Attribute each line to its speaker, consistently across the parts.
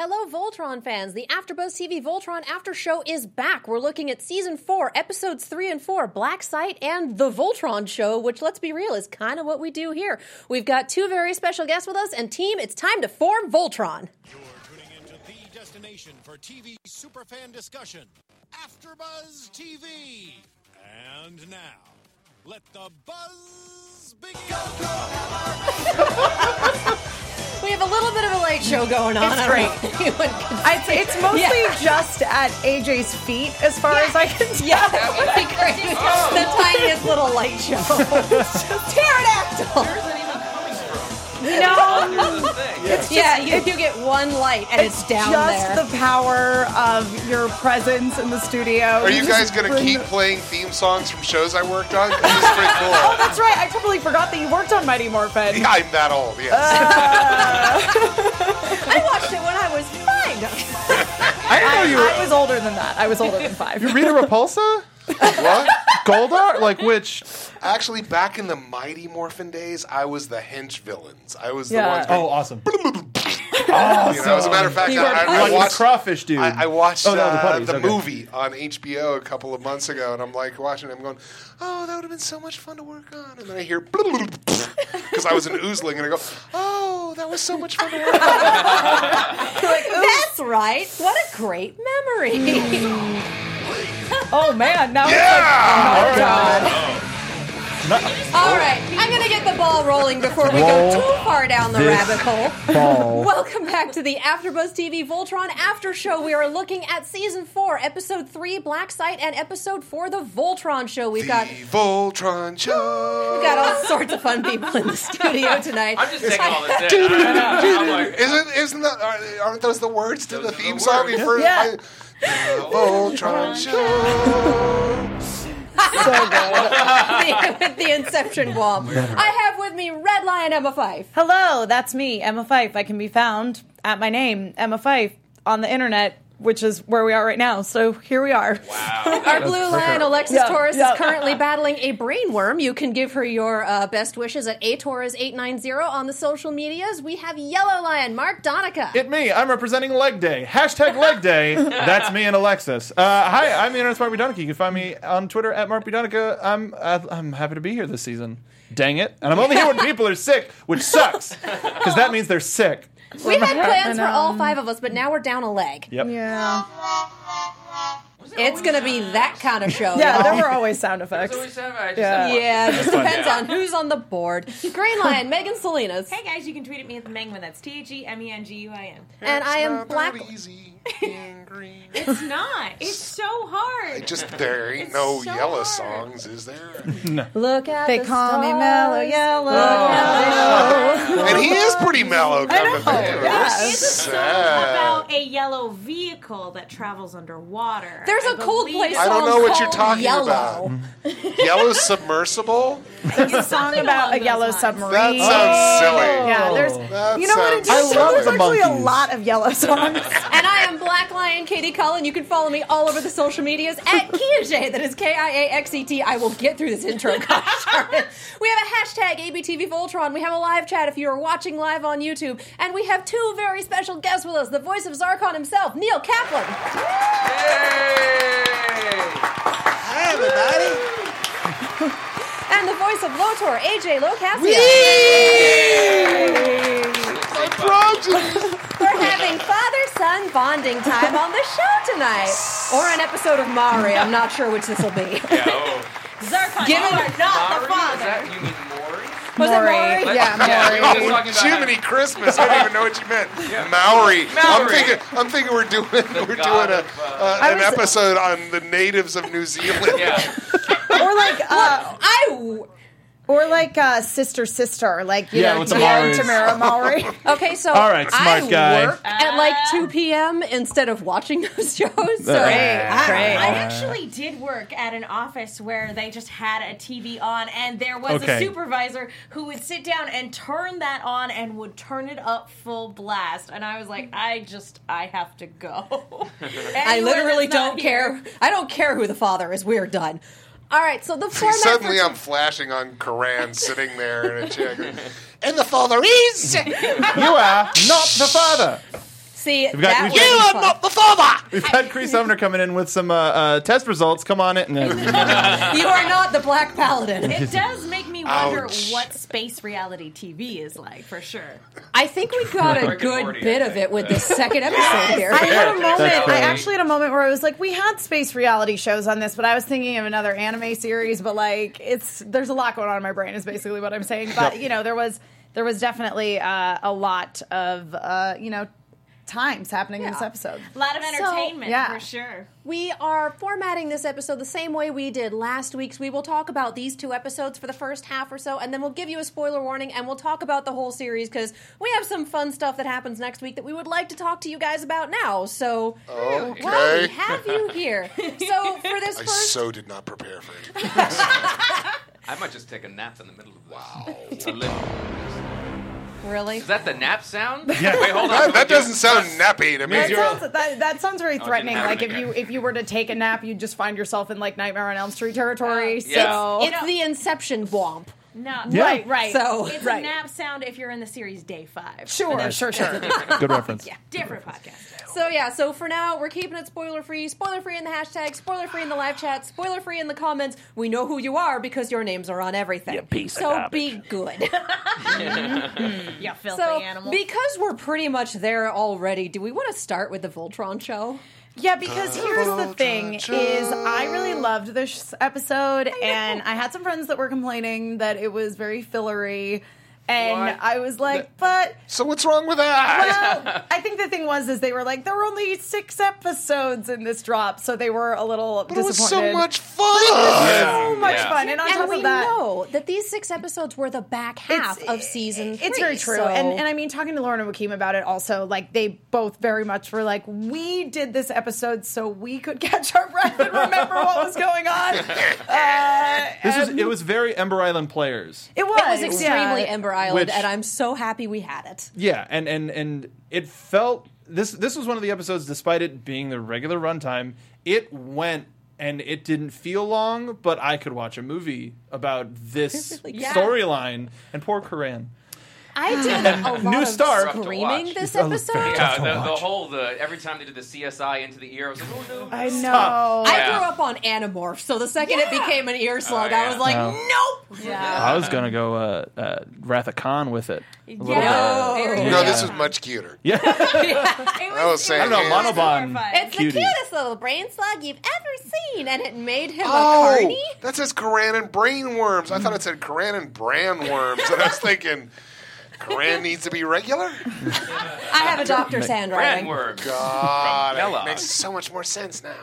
Speaker 1: Hello, Voltron fans! The AfterBuzz TV Voltron After Show is back. We're looking at season four, episodes three and four, Black Site and the Voltron Show, which, let's be real, is kind of what we do here. We've got two very special guests with us, and team, it's time to form Voltron.
Speaker 2: You're tuning into the destination for TV superfan discussion, AfterBuzz TV. And now, let the buzz begin.
Speaker 1: We have a little bit of a late show going on.
Speaker 3: It's
Speaker 1: I don't know if anyone can
Speaker 3: I, it's mostly
Speaker 1: Yeah.
Speaker 3: just at AJ's feet, as far as I can tell.
Speaker 1: Yeah, that would be great. the tiniest little light show. Pterodactyl.
Speaker 3: No,
Speaker 1: yeah, you, you get one light and it's, down
Speaker 3: just
Speaker 1: there.
Speaker 3: the power of your presence in the studio.
Speaker 4: Are you guys
Speaker 3: just
Speaker 4: gonna
Speaker 3: bring
Speaker 4: keep
Speaker 3: the-
Speaker 4: playing theme songs from shows I worked on? 'Cause This is pretty
Speaker 3: Oh,
Speaker 4: cool.
Speaker 3: that's right. I totally forgot that you worked on Mighty Morphin.
Speaker 4: Yeah, I'm that old. Yes.
Speaker 1: I watched it when I was five.
Speaker 5: I
Speaker 4: Oh,
Speaker 5: didn't know you
Speaker 3: I
Speaker 5: were.
Speaker 3: was older than that. I was older than five.
Speaker 5: Rita Repulsa?
Speaker 4: what?
Speaker 5: Goldar? Like, which.
Speaker 4: Actually, back in the Mighty Morphin days, I was the hench villains. I was the
Speaker 3: Yeah.
Speaker 4: ones.
Speaker 5: Oh, awesome.
Speaker 4: you know, as a matter of fact,
Speaker 3: You were
Speaker 4: I, I,
Speaker 5: Like
Speaker 4: I
Speaker 5: the
Speaker 4: watched.
Speaker 5: crawfish dude.
Speaker 4: I, I watched
Speaker 5: Oh, no, the
Speaker 4: uh,
Speaker 5: putties,
Speaker 4: the
Speaker 5: okay.
Speaker 4: movie on HBO a couple of months ago, and I'm like watching it. I'm going, "Oh, that would have been so much fun to work on." And then I hear because I was an oozling, and I go, "Oh, that was so much fun to work on."
Speaker 1: That's right. What a great memory.
Speaker 3: Oh man, now
Speaker 4: yeah.
Speaker 3: it's like, oh god.
Speaker 1: All right, I'm going to get the ball rolling before we
Speaker 5: Roll
Speaker 1: go too far down the
Speaker 5: this
Speaker 1: rabbit hole.
Speaker 5: Ball.
Speaker 1: Welcome back to the AfterBuzz TV Voltron After Show. We are looking at season four, episode three, Black Site, and episode four, the Voltron Show. We've got
Speaker 4: The Voltron Show.
Speaker 1: we've got all sorts of fun people in the studio tonight.
Speaker 6: I'm just taking all this in. I don't know. I'm like,
Speaker 4: Isn't isn't that are- aren't those the words to the
Speaker 6: are
Speaker 4: theme
Speaker 6: the
Speaker 4: song
Speaker 6: words.
Speaker 4: before
Speaker 3: Yeah.
Speaker 4: I, the Voltron show?
Speaker 1: the, with the Inception wall. I have with me Red Lion Emma Fife.
Speaker 3: Hello, that's me, Emma Fife. I can be found at my name, Emma Fife, on the internet, which is where we are right now. So here we are.
Speaker 1: Our blue lion, Alexis
Speaker 3: Yeah,
Speaker 1: Torres,
Speaker 3: yeah.
Speaker 1: is currently battling a brain worm. You can give her your uh, best wishes at atorres890 on the social medias. We have yellow lion, Mark Donica.
Speaker 5: It me. I'm representing Leg Day. Hashtag Leg Day. That's me and Alexis. Uh, hi, I'm the internet's Mark Budonica. You can find me on Twitter at Mark Budonica. I'm uh, I'm happy to be here this season. Dang it! And I'm only here when people are sick, which sucks because that means they're sick.
Speaker 1: we had plans for all five of us, but now we're down a leg.
Speaker 5: Yep.
Speaker 3: Yeah.
Speaker 1: It's going to be that kind of show.
Speaker 3: Yeah,
Speaker 1: y'all.
Speaker 3: there were always sound effects.
Speaker 6: so we said, I just
Speaker 3: Yeah.
Speaker 6: yeah.
Speaker 1: Yeah, it just depends on who's on the board. Green Lion, Megan Salinas.
Speaker 7: Hey guys, you can tweet at me at the Mengwin. That's T H E M E N G U I N.
Speaker 1: and I am
Speaker 4: Not
Speaker 1: Black.
Speaker 4: that easy being green.
Speaker 7: It's not. It's so
Speaker 4: I
Speaker 7: hard.
Speaker 4: Just there ain't
Speaker 7: It's
Speaker 4: no
Speaker 7: so
Speaker 4: yellow
Speaker 7: hard.
Speaker 4: songs, is there?
Speaker 1: Look at
Speaker 3: They
Speaker 1: the
Speaker 3: call me
Speaker 1: stars.
Speaker 3: Mellow Yellow.
Speaker 4: Oh. and he is pretty mellow. I
Speaker 3: know, yes.
Speaker 7: It's a song about a yellow vehicle that travels underwater.
Speaker 1: There's
Speaker 7: a
Speaker 1: a Coldplay
Speaker 4: I
Speaker 1: song
Speaker 4: don't know what you're
Speaker 1: called
Speaker 4: talking
Speaker 1: Yellow.
Speaker 4: about. Yellow submersible?
Speaker 3: It's a song about a yellow submarine.
Speaker 4: That sounds silly.
Speaker 3: Yeah, there's.
Speaker 4: That
Speaker 3: You know what? It
Speaker 4: sounds
Speaker 3: is,
Speaker 5: I love
Speaker 3: there's
Speaker 5: the
Speaker 3: actually a
Speaker 5: monkeys.
Speaker 3: lot of yellow songs.
Speaker 1: And I am Black Lion Katie Cullen. You can follow me all over the social medias at Kiaxet. That is K I A X E T. I will get through this intro. Gosh darn it. We have a hashtag ABTV Voltron. We have a live chat if you are watching live on YouTube. And we have two very special guests with us the voice of Zarkon himself, Neil Kaplan.
Speaker 3: oh.
Speaker 6: Yay!
Speaker 4: Hi, everybody.
Speaker 1: And the voice of Lotor, AJ Locasio.
Speaker 4: My progeny.
Speaker 1: We're having father son bonding time on the show tonight. Or an episode of Mari. I'm not sure which this will be.
Speaker 6: Yeah, oh.
Speaker 7: Zarkon,
Speaker 1: Given-
Speaker 7: you are
Speaker 6: Maury?
Speaker 7: not the
Speaker 6: Is
Speaker 7: father.
Speaker 6: that, you mean Maury?
Speaker 1: Was it
Speaker 3: Maury.
Speaker 1: Maury?
Speaker 3: Yeah,
Speaker 6: Maury.
Speaker 4: Oh,
Speaker 6: We were just talking about
Speaker 4: Jiminy Christmas! I don't even know what you meant. Maori. I'm
Speaker 6: Maori.
Speaker 4: thinking. I'm thinking we're doing. we're
Speaker 6: god
Speaker 4: doing a,
Speaker 6: of,
Speaker 4: uh,
Speaker 3: I
Speaker 4: an
Speaker 3: was-
Speaker 4: episode on the natives of New Zealand.
Speaker 6: Yeah.
Speaker 3: or like, uh,
Speaker 1: I. w-
Speaker 3: or like uh, sister sister, like you
Speaker 5: Yeah,
Speaker 3: know,
Speaker 5: with the
Speaker 3: Tia and
Speaker 5: Mauries.
Speaker 3: Tamara Maury.
Speaker 1: Okay, so
Speaker 5: All right, smart
Speaker 1: I
Speaker 5: guy.
Speaker 1: work at like 2 p.m. instead of watching those shows. So
Speaker 7: I actually did work at an office where they just had a TV on, and there was
Speaker 5: Okay.
Speaker 7: a supervisor who would sit down and turn that on and would turn it up full blast. And I was like, I just, I have to go.
Speaker 1: I
Speaker 7: Anywhere
Speaker 1: literally
Speaker 7: that's not
Speaker 1: don't
Speaker 7: here.
Speaker 1: care. I don't care who the father is. We're done. All right, so the format.
Speaker 4: Suddenly,
Speaker 1: for-
Speaker 4: I'm flashing on Koran sitting there in a chair. going, And the father is.
Speaker 5: You are not the father.
Speaker 1: See,
Speaker 5: got-
Speaker 1: that
Speaker 5: we've
Speaker 1: would
Speaker 5: got-
Speaker 1: be
Speaker 5: You are
Speaker 1: fun.
Speaker 5: We've had Cree Sumner coming in with some uh, uh, test results. Come on in.
Speaker 1: You are not the Black Paladin.
Speaker 7: It does make me wonder
Speaker 4: Ouch.
Speaker 7: what space reality TV is like for sure.
Speaker 1: I think we got a
Speaker 6: Rick and
Speaker 1: good
Speaker 6: Morty,
Speaker 1: bit
Speaker 6: I
Speaker 1: of
Speaker 6: think.
Speaker 1: it with this second episode here.
Speaker 3: I had a
Speaker 5: That's
Speaker 3: moment. I
Speaker 5: fair.
Speaker 3: actually had a moment where I was like, we had space reality shows on this, but I was thinking of another anime series. But like, it's there's a lot going on in my brain. Is basically what I'm saying. But you know, there was there was definitely uh, a lot of uh, you know times happening in this
Speaker 1: Yeah.
Speaker 3: episode.
Speaker 7: A lot of
Speaker 1: So,
Speaker 7: entertainment
Speaker 3: yeah.
Speaker 7: for sure.
Speaker 1: We are formatting this episode the same way we did last week's. We will talk about these two episodes for the first half or so, and then we'll give you a spoiler warning and we'll talk about the whole series because we have some fun stuff that happens next week that we would like to talk to you guys about now. So,
Speaker 4: Okay.
Speaker 1: while we have you here. So, for this
Speaker 4: I
Speaker 1: first.
Speaker 4: so did not prepare for it.
Speaker 6: I might just take a nap in the middle of wow. to live.
Speaker 1: really?
Speaker 6: Is that the nap sound?
Speaker 5: Yeah.
Speaker 6: Wait, hold on.
Speaker 4: That, that doesn't sound nappy to me.
Speaker 3: That sounds, that, that sounds very
Speaker 6: didn't
Speaker 3: threatening.
Speaker 6: happen
Speaker 3: Like if
Speaker 6: again.
Speaker 3: you if you were to take a nap, you'd just find yourself in like Nightmare on Elm Street territory.
Speaker 7: Uh,
Speaker 6: yeah.
Speaker 3: So
Speaker 1: It's the Inception Womp.
Speaker 7: No,
Speaker 5: Yeah.
Speaker 3: right, right.
Speaker 1: So-
Speaker 7: It's
Speaker 3: Oh, right.
Speaker 7: a nap sound if you're in the series day five.
Speaker 3: sure, sure, sure.
Speaker 5: Good reference.
Speaker 7: Different podcast.
Speaker 1: So yeah, so for now we're keeping it spoiler free, spoiler free in the hashtag, spoiler free in the live chat, spoiler free in the comments. We know who you are because your names are on everything.
Speaker 8: You piece of
Speaker 1: so
Speaker 8: garbage.
Speaker 1: be good.
Speaker 7: Yeah, filthy
Speaker 1: so
Speaker 7: animal.
Speaker 1: because we're pretty much there already, do we want to start with the Voltron show?
Speaker 3: Yeah, because here's the thing: is
Speaker 4: Cha-cha-cha.
Speaker 3: I really loved this episode, and I had some friends that were complaining that it was very fillery, and
Speaker 6: What?
Speaker 3: I was like, but.
Speaker 4: So what's wrong with that?
Speaker 3: Well, I think the thing was is they were like there were only six episodes in this drop, so they were a little
Speaker 4: But it was
Speaker 3: disappointed. Oh
Speaker 4: so much fun.
Speaker 3: so much
Speaker 6: Yeah.
Speaker 3: fun, and on top
Speaker 1: and we
Speaker 3: of that,
Speaker 1: know that these six episodes were the back half of season three.
Speaker 3: It's very true.
Speaker 1: so-
Speaker 3: And, and I mean, talking to Lauren and Wakim about it also, like, they both very much were like, we did this episode so we could catch our breath and remember what was going on. Uh,
Speaker 5: This was, it was very Ember Island players.
Speaker 3: it was.
Speaker 1: it was extremely
Speaker 3: yeah.
Speaker 1: Ember Island,
Speaker 5: Which-
Speaker 1: and I'm so happy we had it.
Speaker 5: Yeah, and and and it felt this this was one of the episodes despite it being the regular runtime, it went and it didn't feel long, but I could watch a movie about this
Speaker 1: really could.
Speaker 5: storyline and poor Koran.
Speaker 1: I did a lot
Speaker 5: new
Speaker 1: of
Speaker 5: star. Tough
Speaker 6: to
Speaker 1: screaming
Speaker 6: watch.
Speaker 1: this
Speaker 5: Oh,
Speaker 1: episode.
Speaker 5: very
Speaker 6: Yeah,
Speaker 5: to
Speaker 6: the, the
Speaker 5: watch.
Speaker 6: whole the every time they did the CSI into the ear, I was like, oh no.
Speaker 3: I know.
Speaker 1: I
Speaker 6: Yeah.
Speaker 1: grew up on Animorph, so the second it became an ear slug,
Speaker 6: Oh,
Speaker 1: I
Speaker 6: yeah.
Speaker 1: was like, nope.
Speaker 5: I was gonna go uh, uh, Wrath of Khan with it. A little bit.
Speaker 1: Yeah.
Speaker 7: Very
Speaker 4: No,
Speaker 7: good.
Speaker 4: this was much cuter.
Speaker 7: It
Speaker 4: I was saying,
Speaker 5: I don't know,
Speaker 4: it-
Speaker 5: Monobon.
Speaker 1: It's
Speaker 5: Cuties.
Speaker 1: the cutest little brain slug you've ever seen, and it made him a
Speaker 4: Oh,
Speaker 1: carny.
Speaker 4: that says Koran and brain worms. I thought it said Koran and bran worms, and I was thinking, Koran needs to be regular.
Speaker 1: I have a doctor's
Speaker 6: Brand
Speaker 1: handwriting.
Speaker 6: worm.
Speaker 4: God,
Speaker 6: Kellogg.
Speaker 4: it Ah, makes so much more sense now.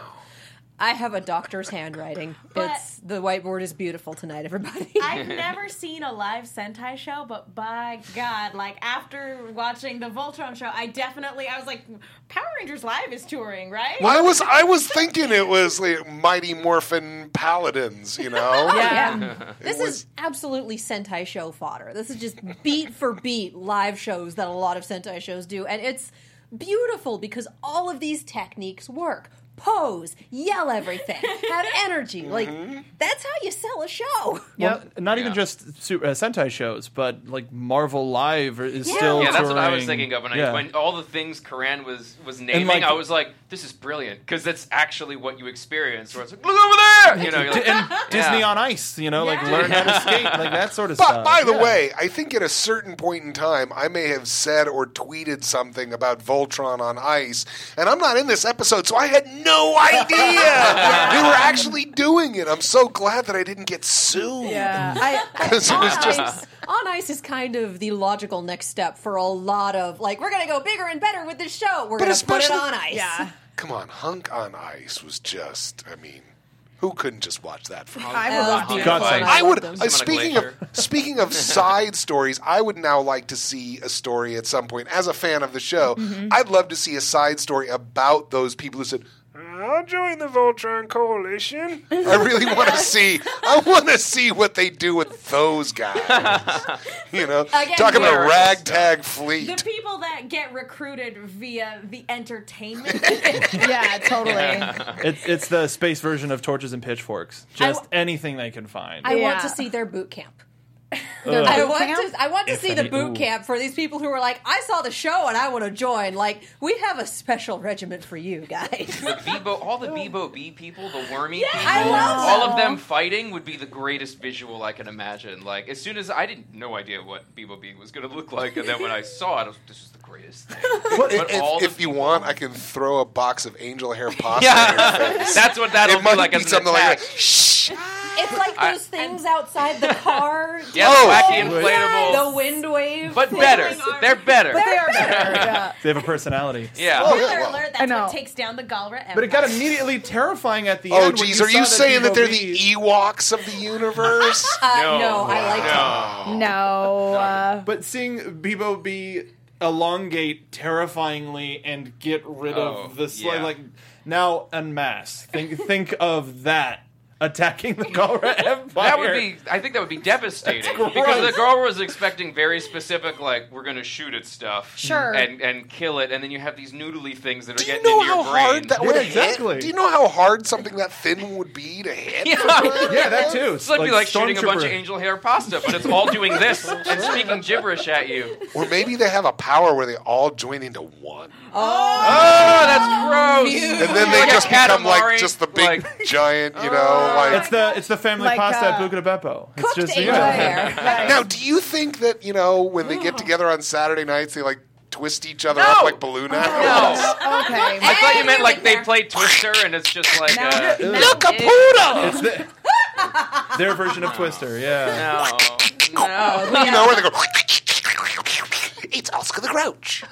Speaker 1: I have a doctor's handwriting.
Speaker 7: But-
Speaker 1: it's the whiteboard is beautiful tonight, everybody.
Speaker 7: I've never seen a live Sentai show, but by God, like after watching the Voltron show, I definitely I was like, Power Rangers Live is touring, right?
Speaker 4: I was I was thinking it was like Mighty Morphin Paladins, you know?
Speaker 1: yeah. This
Speaker 4: was-
Speaker 1: is absolutely Sentai show fodder. This is just beat for beat live shows that a lot of Sentai shows do. And it's beautiful because all of these techniques work. Pose, yell everything, have energy. Like,
Speaker 4: Mm-hmm.
Speaker 1: that's how you sell a show.
Speaker 5: Well, not even
Speaker 6: Yeah.
Speaker 5: just su- uh, Sentai shows, but like Marvel Live is
Speaker 1: Yeah.
Speaker 5: still.
Speaker 1: Yeah,
Speaker 6: Yeah, that's what I was
Speaker 5: touring.
Speaker 6: thinking of when,
Speaker 5: Yeah.
Speaker 6: I, when all the things Koran was was naming.
Speaker 5: like-
Speaker 6: I was like, "This is brilliant," because that's actually what you experience. Where it's like, "Look over there," you know, you're like, "Ah!"
Speaker 5: and Disney
Speaker 6: Yeah.
Speaker 5: on Ice, you know, like
Speaker 7: Yeah.
Speaker 5: learn how to skate, like that sort of
Speaker 4: But
Speaker 5: stuff.
Speaker 4: by the
Speaker 5: Yeah.
Speaker 4: way, I think at a certain point in time, I may have said or tweeted something about Voltron on ice, and I'm not in this episode, so I had no idea they were actually doing it. I'm so glad that I didn't get sued.
Speaker 3: Yeah. I,
Speaker 4: 'Cause it
Speaker 1: Ah.
Speaker 4: was just
Speaker 1: Uh, Ice- on Ice is kind of the logical next step for a lot of, like, we're going to go bigger and better with this show. We're
Speaker 4: But
Speaker 1: going to put it
Speaker 4: especially-
Speaker 1: on ice.
Speaker 3: yeah.
Speaker 4: come on, Hunk on Ice was just. I mean, who couldn't just watch that for?
Speaker 1: That
Speaker 3: I would
Speaker 1: was
Speaker 3: love to.
Speaker 1: beautiful,
Speaker 5: God's
Speaker 1: and
Speaker 5: sake.
Speaker 4: I
Speaker 1: love
Speaker 4: would.
Speaker 1: them.
Speaker 4: uh, speaking of
Speaker 6: glacier.
Speaker 4: speaking of side stories, I would now like to see a story at some point. As a fan of the show, I'd love to see a side story about those people who said, "I'll join the Voltron Coalition." I really want to see. I want to see what they do with those guys. you know,
Speaker 1: Again,
Speaker 4: talk about
Speaker 6: we're-
Speaker 4: ragtag
Speaker 7: The
Speaker 4: fleet.
Speaker 7: people that get recruited via the entertainment.
Speaker 3: Yeah, totally.
Speaker 5: It, it's the space version of torches and pitchforks. Just anything they can find.
Speaker 1: I want
Speaker 3: Yeah.
Speaker 1: to see their boot camp.
Speaker 3: Their
Speaker 1: I
Speaker 3: boot
Speaker 1: want
Speaker 3: camp?
Speaker 1: to. I want to
Speaker 5: If
Speaker 1: see the
Speaker 5: any-
Speaker 1: boot
Speaker 5: ooh.
Speaker 1: camp for these people who are like, I saw the show and I want to join. Like, we have a special regiment for you guys.
Speaker 6: The Bebo, all the Bebo B people, the wormy people,
Speaker 1: I love
Speaker 6: all of them fighting would be the greatest visual I can imagine. Like as soon as I didn't no idea what Bebo B was going to look like, and then when I saw it, I was, this is the greatest thing.
Speaker 4: Well,
Speaker 6: But all
Speaker 4: if,
Speaker 6: the
Speaker 4: if you want, I can throw a box of angel hair pasta. in your face.
Speaker 6: Yeah, that's what that'll
Speaker 4: It
Speaker 6: be
Speaker 4: might
Speaker 6: like
Speaker 4: be
Speaker 6: as an
Speaker 4: something like
Speaker 6: attack.
Speaker 4: that.
Speaker 1: it's like
Speaker 6: I-
Speaker 1: those things outside the car.
Speaker 6: yeah,
Speaker 4: Oh,
Speaker 6: wacky
Speaker 4: yeah,
Speaker 6: inflatable,
Speaker 1: The wind wave.
Speaker 6: but better. They're better.
Speaker 3: But they are better. Yeah.
Speaker 5: They have a personality.
Speaker 6: yeah.
Speaker 4: Oh,
Speaker 7: Spoiler
Speaker 4: yeah, well.
Speaker 7: alert, that's
Speaker 3: I know.
Speaker 7: what takes down the Galra Empire.
Speaker 5: But it got immediately terrifying at the
Speaker 4: Oh,
Speaker 5: end. when
Speaker 4: geez,
Speaker 5: you
Speaker 4: are you
Speaker 5: saw
Speaker 4: saying that they're
Speaker 5: Bevo
Speaker 4: the e- Ewoks of the universe?
Speaker 1: Uh, no, I like that.
Speaker 3: No. Uh,
Speaker 5: But seeing Bebo B elongate terrifyingly and get rid
Speaker 6: Oh,
Speaker 5: of the sl-
Speaker 6: yeah.
Speaker 5: like now unmask. Think think of that attacking the Galra Empire.
Speaker 6: That would be. I think that would be devastating
Speaker 5: That's
Speaker 6: because the
Speaker 5: gross.
Speaker 6: girl was expecting very specific, like we're gonna shoot at stuff,
Speaker 3: Sure.
Speaker 6: and and kill it, and then you have these noodly things that
Speaker 4: Do
Speaker 6: are
Speaker 4: you
Speaker 6: getting
Speaker 4: know
Speaker 6: into your
Speaker 4: how
Speaker 6: brain.
Speaker 4: hard that
Speaker 5: Yeah,
Speaker 4: would
Speaker 5: exactly.
Speaker 4: hit? Do you know how hard something that thin would be to hit?
Speaker 6: Yeah.
Speaker 5: yeah, that too.
Speaker 6: It's like, be like shooting a bunch of
Speaker 5: Stormtrooper.
Speaker 6: angel hair pasta, but it's all doing this and speaking gibberish at you.
Speaker 4: Or maybe they have a power where they all join into one,
Speaker 6: Oh, that's gross.
Speaker 4: and then they
Speaker 6: Like a
Speaker 4: just become
Speaker 6: Katamari,
Speaker 4: like just the big
Speaker 6: like-
Speaker 4: giant, you know? Like
Speaker 5: It's the it's the family
Speaker 3: Like,
Speaker 5: pasta
Speaker 3: uh,
Speaker 5: at Buca de Beppo. It's
Speaker 1: Cooked
Speaker 5: just
Speaker 1: angel
Speaker 5: yeah.
Speaker 1: hair.
Speaker 3: right.
Speaker 4: now, do you think that you know when they get together on Saturday nights, they like twist each other
Speaker 6: No.
Speaker 4: up like balloon animals?
Speaker 6: No.
Speaker 3: Okay.
Speaker 6: I thought you meant like they
Speaker 7: There.
Speaker 6: play Twister and it's just like
Speaker 3: No.
Speaker 6: uh,
Speaker 5: Ugh.
Speaker 6: a poodle.
Speaker 5: It's the- their version of Twister. Yeah.
Speaker 6: uh, No, no.
Speaker 4: You know where they go? It's Oscar the Grouch.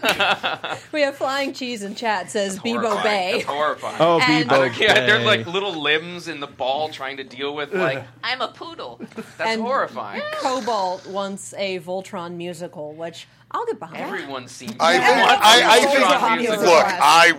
Speaker 1: We have flying cheese in chat. Says Bebo
Speaker 6: Horrifying.
Speaker 1: Bay.
Speaker 6: That's horrifying.
Speaker 5: Oh,
Speaker 1: And-
Speaker 5: Bebo.
Speaker 6: Yeah, they're
Speaker 5: Bay.
Speaker 6: like little limbs in the ball trying to deal with like I'm a poodle. That's
Speaker 1: And-
Speaker 6: horrifying.
Speaker 1: Cobalt wants a Voltron musical, which I'll get behind.
Speaker 6: Everyone seems.
Speaker 4: I think.
Speaker 6: What?
Speaker 4: I, I
Speaker 6: What's
Speaker 4: think.
Speaker 6: wrong
Speaker 3: Voltron
Speaker 6: with you?
Speaker 3: music.
Speaker 4: Look, I,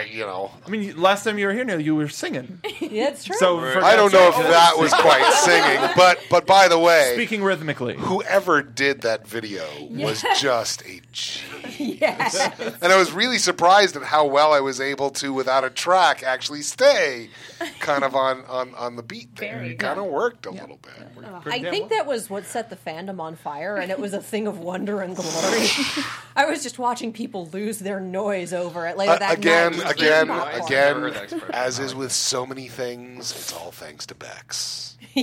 Speaker 4: I, you know,
Speaker 5: I mean, last time you were here, Neil, you were singing.
Speaker 1: yeah, it's true.
Speaker 5: So
Speaker 6: Right.
Speaker 5: for-
Speaker 4: I don't know if
Speaker 5: that's-
Speaker 4: that was quite singing, but but by the way,
Speaker 5: speaking rhythmically.
Speaker 4: whoever did that video was just a genius.
Speaker 1: yes.
Speaker 4: And I was really surprised at how well I was able to, without a track, actually stay kind of on on, on the beat there.
Speaker 7: Very
Speaker 4: it kind of worked a little bit.
Speaker 5: Oh,
Speaker 1: I think that was what set the fandom on fire, and it was a thing of wonder and glory. I was just watching people lose their noise over it later
Speaker 4: Uh,
Speaker 1: that
Speaker 4: again,
Speaker 1: night.
Speaker 4: again,
Speaker 1: Not fun.
Speaker 6: I've never heard that
Speaker 4: again,
Speaker 6: expression.
Speaker 4: as is with so many things, it's all thanks to Bex.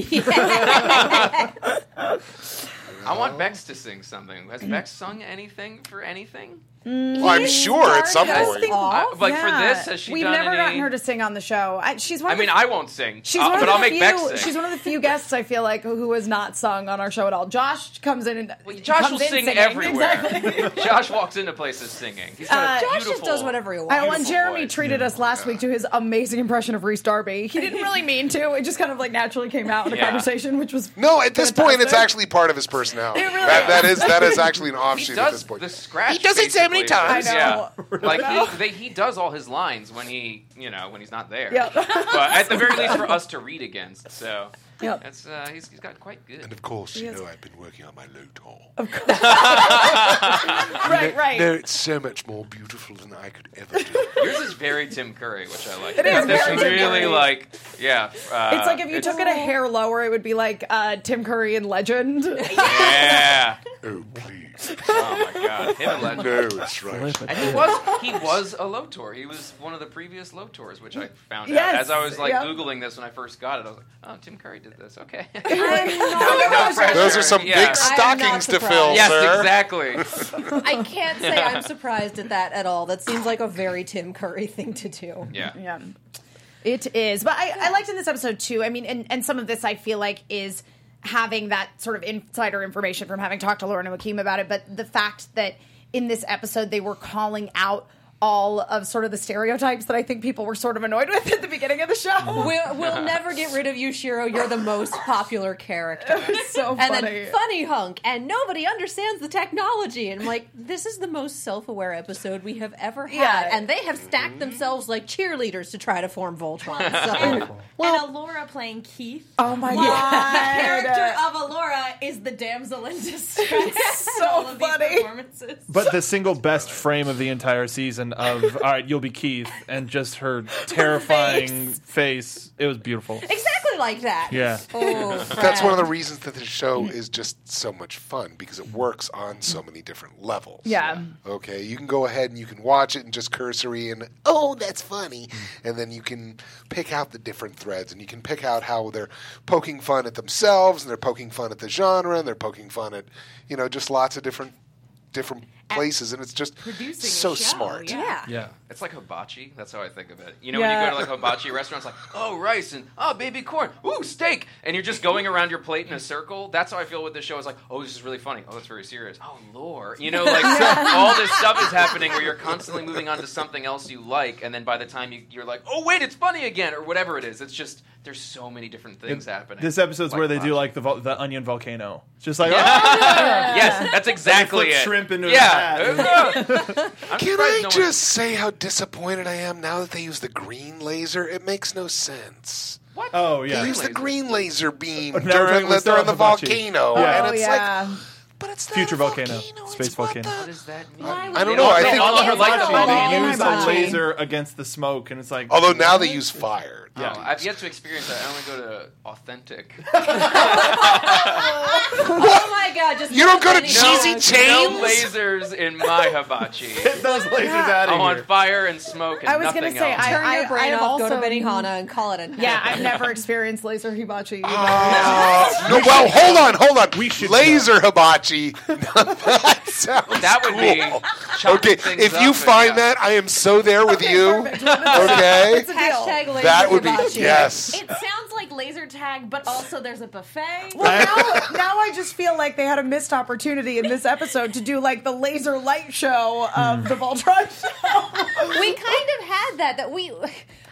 Speaker 6: I want Bex to sing something. Has Bex sung anything for anything?
Speaker 4: Well, I'm sure at some
Speaker 1: Yes,
Speaker 4: point.
Speaker 1: they are.
Speaker 6: I-
Speaker 1: Oh,
Speaker 6: like
Speaker 3: Yeah.
Speaker 6: for this, has she
Speaker 3: We've
Speaker 6: done
Speaker 3: never
Speaker 6: any?
Speaker 3: gotten her to sing on the show. I, she's one.
Speaker 6: I
Speaker 3: of the-
Speaker 6: mean, I won't sing.
Speaker 3: She's
Speaker 6: Uh,
Speaker 3: one of
Speaker 6: but
Speaker 3: the
Speaker 6: I'll make
Speaker 3: few.
Speaker 6: Bex sing.
Speaker 3: She's one of the few guests I feel like who has not sung on our show at all. Josh comes in and
Speaker 6: Well, Josh
Speaker 3: comes
Speaker 6: will
Speaker 3: in
Speaker 6: sing
Speaker 3: singing.
Speaker 6: everywhere.
Speaker 3: Exactly.
Speaker 6: Josh walks into places singing. He's got
Speaker 3: Uh,
Speaker 6: a
Speaker 1: Josh
Speaker 6: beautiful.
Speaker 1: just does whatever he wants.
Speaker 3: I know, and Jeremy
Speaker 6: voice.
Speaker 3: treated us last week to his amazing impression of Reese Darby. He didn't really mean to. It just kind of like naturally came out in a
Speaker 6: Yeah.
Speaker 3: conversation, which was
Speaker 4: No, at this point, it's
Speaker 3: Fantastic.
Speaker 4: actually part of his personality.
Speaker 3: It really
Speaker 4: that, that is that is actually an offshoot
Speaker 6: He
Speaker 4: at
Speaker 6: does
Speaker 4: this point.
Speaker 6: the scratch.
Speaker 4: He does it so many
Speaker 6: basically.
Speaker 4: times.
Speaker 3: I know.
Speaker 6: Yeah. Like he, they, he does all his lines when he, you know, when he's not there.
Speaker 3: Yep.
Speaker 6: But at the very least, for us to read against. So
Speaker 3: Yep.
Speaker 6: that's uh, he's, he's got quite good.
Speaker 4: of course, you
Speaker 3: Yes. know
Speaker 4: I've been working on my low tall.
Speaker 3: right, right.
Speaker 4: it's so much more beautiful than I could ever do.
Speaker 6: Yours is very Tim Curry, which I like. It
Speaker 3: is
Speaker 6: this
Speaker 3: very
Speaker 6: is
Speaker 3: Tim
Speaker 6: really
Speaker 3: Curry.
Speaker 6: like, yeah. Uh,
Speaker 3: It's like if you
Speaker 6: it's-
Speaker 3: took it a hair lower, it would be like uh, Tim Curry in Legend.
Speaker 6: Yeah.
Speaker 4: oh, please.
Speaker 6: Oh my God. Him and Legend.
Speaker 4: No, it's right.
Speaker 6: And he was he was a low tour. He was one of the previous low tours, which I found
Speaker 3: Yes,
Speaker 6: out as I was like
Speaker 3: yep.
Speaker 6: googling this when I first got it. I was like, oh, Tim Curry did this. Okay.
Speaker 3: No,
Speaker 6: pressure.
Speaker 4: Those are some
Speaker 6: Yeah.
Speaker 4: big
Speaker 1: not
Speaker 4: stockings to
Speaker 1: surprised.
Speaker 4: fill,
Speaker 6: Yes,
Speaker 4: sir.
Speaker 6: exactly.
Speaker 1: I can't say I'm surprised at that at all. That seems like a very Tim Curry thing to do.
Speaker 6: Yeah.
Speaker 3: Yeah. It is. But I, I liked in this episode too. I mean, and, and some of this I feel like is having that sort of insider information from having talked to Lauren and Joachim about it. But the fact that in this episode they were calling out all of sort of the stereotypes that I think people were sort of annoyed with at the beginning of the show.
Speaker 1: We'll, we'll never get rid of you, Shiro. You're the most popular character.
Speaker 3: It's so
Speaker 1: And
Speaker 3: funny.
Speaker 1: then funny hunk, and nobody understands the technology. And I'm like, this is the most self-aware episode we have ever had,
Speaker 3: Yeah.
Speaker 1: and they have stacked themselves like cheerleaders to try to form Voltron. So.
Speaker 7: and Alora playing Keith.
Speaker 3: oh my
Speaker 7: The
Speaker 3: god.
Speaker 7: character of Alora is the damsel in distress.
Speaker 3: It's so
Speaker 7: in all of these
Speaker 3: funny.
Speaker 7: performances.
Speaker 5: But the single best frame of the entire season fan of all right, you'll be Keith, and just her terrifying face. It was beautiful.
Speaker 1: Exactly like that.
Speaker 5: Yeah.
Speaker 1: Oh,
Speaker 4: That's one of the
Speaker 1: friend.
Speaker 4: reasons that the show is just so much fun because it works on so many different levels.
Speaker 3: Yeah.
Speaker 4: Okay, you can go ahead and you can watch it and just cursory and oh, that's funny,
Speaker 6: Mm.
Speaker 4: and then you can pick out the different threads and you can pick out how they're poking fun at themselves and they're poking fun at the genre and they're poking fun at you know just lots of different different places and it's just
Speaker 7: producing a
Speaker 4: so
Speaker 7: show,
Speaker 4: smart.
Speaker 7: yeah.
Speaker 1: Yeah.
Speaker 5: Yeah.
Speaker 6: It's like hibachi. That's how I think of it. You know,
Speaker 3: Yeah.
Speaker 6: when you go to like hibachi restaurants, like oh rice and oh baby corn, ooh steak, and you're just going around your plate in a circle. That's how I feel with this show. It's like oh this is really funny. Oh that's very serious. Oh lore. You know, like all this stuff is happening where you're constantly moving on to something else you like, and then by the time you, you're like oh wait it's funny again or whatever it is. It's just there's so many different things happening.
Speaker 5: This episode's where they do
Speaker 6: hibachi.
Speaker 5: like the vol- the onion volcano. It's just like
Speaker 6: yes, that's exactly
Speaker 5: flip
Speaker 6: it.
Speaker 5: shrimp into his
Speaker 6: yeah. I'm
Speaker 4: Can
Speaker 6: surprised
Speaker 4: I
Speaker 6: no one-
Speaker 4: just say how disappointed I am now that they use the green laser? It makes no sense.
Speaker 6: What?
Speaker 5: oh
Speaker 4: They
Speaker 5: yeah.
Speaker 4: use the
Speaker 6: laser.
Speaker 4: green laser beam
Speaker 5: now we're
Speaker 4: during,
Speaker 5: talking- we're
Speaker 4: the,
Speaker 5: still
Speaker 4: during the
Speaker 5: on hibachi.
Speaker 4: volcano,
Speaker 5: Yeah.
Speaker 4: and
Speaker 3: oh
Speaker 4: it's
Speaker 3: yeah.
Speaker 4: like, but it's not
Speaker 5: Future
Speaker 4: a
Speaker 5: volcano. Space
Speaker 4: It's what
Speaker 5: volcano.
Speaker 6: What does that mean?
Speaker 4: I don't know. I
Speaker 6: They
Speaker 4: think
Speaker 6: all
Speaker 5: on the
Speaker 6: look like
Speaker 5: hibachi,
Speaker 6: a
Speaker 3: all
Speaker 5: they
Speaker 3: in
Speaker 5: use the
Speaker 3: hibachi.
Speaker 5: laser against the smoke, and it's like
Speaker 4: Although now they use fire.
Speaker 5: Yeah.
Speaker 6: Oh, I've yet to experience that. I only go to authentic.
Speaker 1: Oh my god! Just
Speaker 4: You don't go to
Speaker 1: No,
Speaker 4: cheesy
Speaker 6: No
Speaker 4: chains.
Speaker 6: lasers in my hibachi.
Speaker 5: those lasers out
Speaker 6: I'm
Speaker 5: of
Speaker 6: on
Speaker 5: here.
Speaker 6: fire and smoke and
Speaker 3: I was
Speaker 6: nothing
Speaker 3: gonna say,
Speaker 6: else.
Speaker 3: I-
Speaker 1: Turn your brain
Speaker 3: I've
Speaker 1: off. Go to
Speaker 3: also-
Speaker 1: Benihana and call it a night.
Speaker 3: Yeah, I've never experienced laser hibachi.
Speaker 4: Uh, no, well, hold on, hold on.
Speaker 5: We should
Speaker 4: laser hibachi. that sounds
Speaker 6: that would be
Speaker 4: cool.
Speaker 6: chopping
Speaker 4: Okay,
Speaker 6: things
Speaker 4: if
Speaker 6: up
Speaker 4: you
Speaker 6: and-
Speaker 4: find
Speaker 6: yeah.
Speaker 4: that, I am so there with you. Okay,
Speaker 3: It's a deal.
Speaker 1: Hashtag laser
Speaker 4: that would be
Speaker 1: hibachi.
Speaker 4: yes.
Speaker 7: It sounds like laser tag, but also there's a buffet.
Speaker 3: Well, now, now I just feel like they had a missed opportunity in this episode to do like the laser light show
Speaker 5: Hmm.
Speaker 3: of the Voltron show.
Speaker 1: we kind of had that that we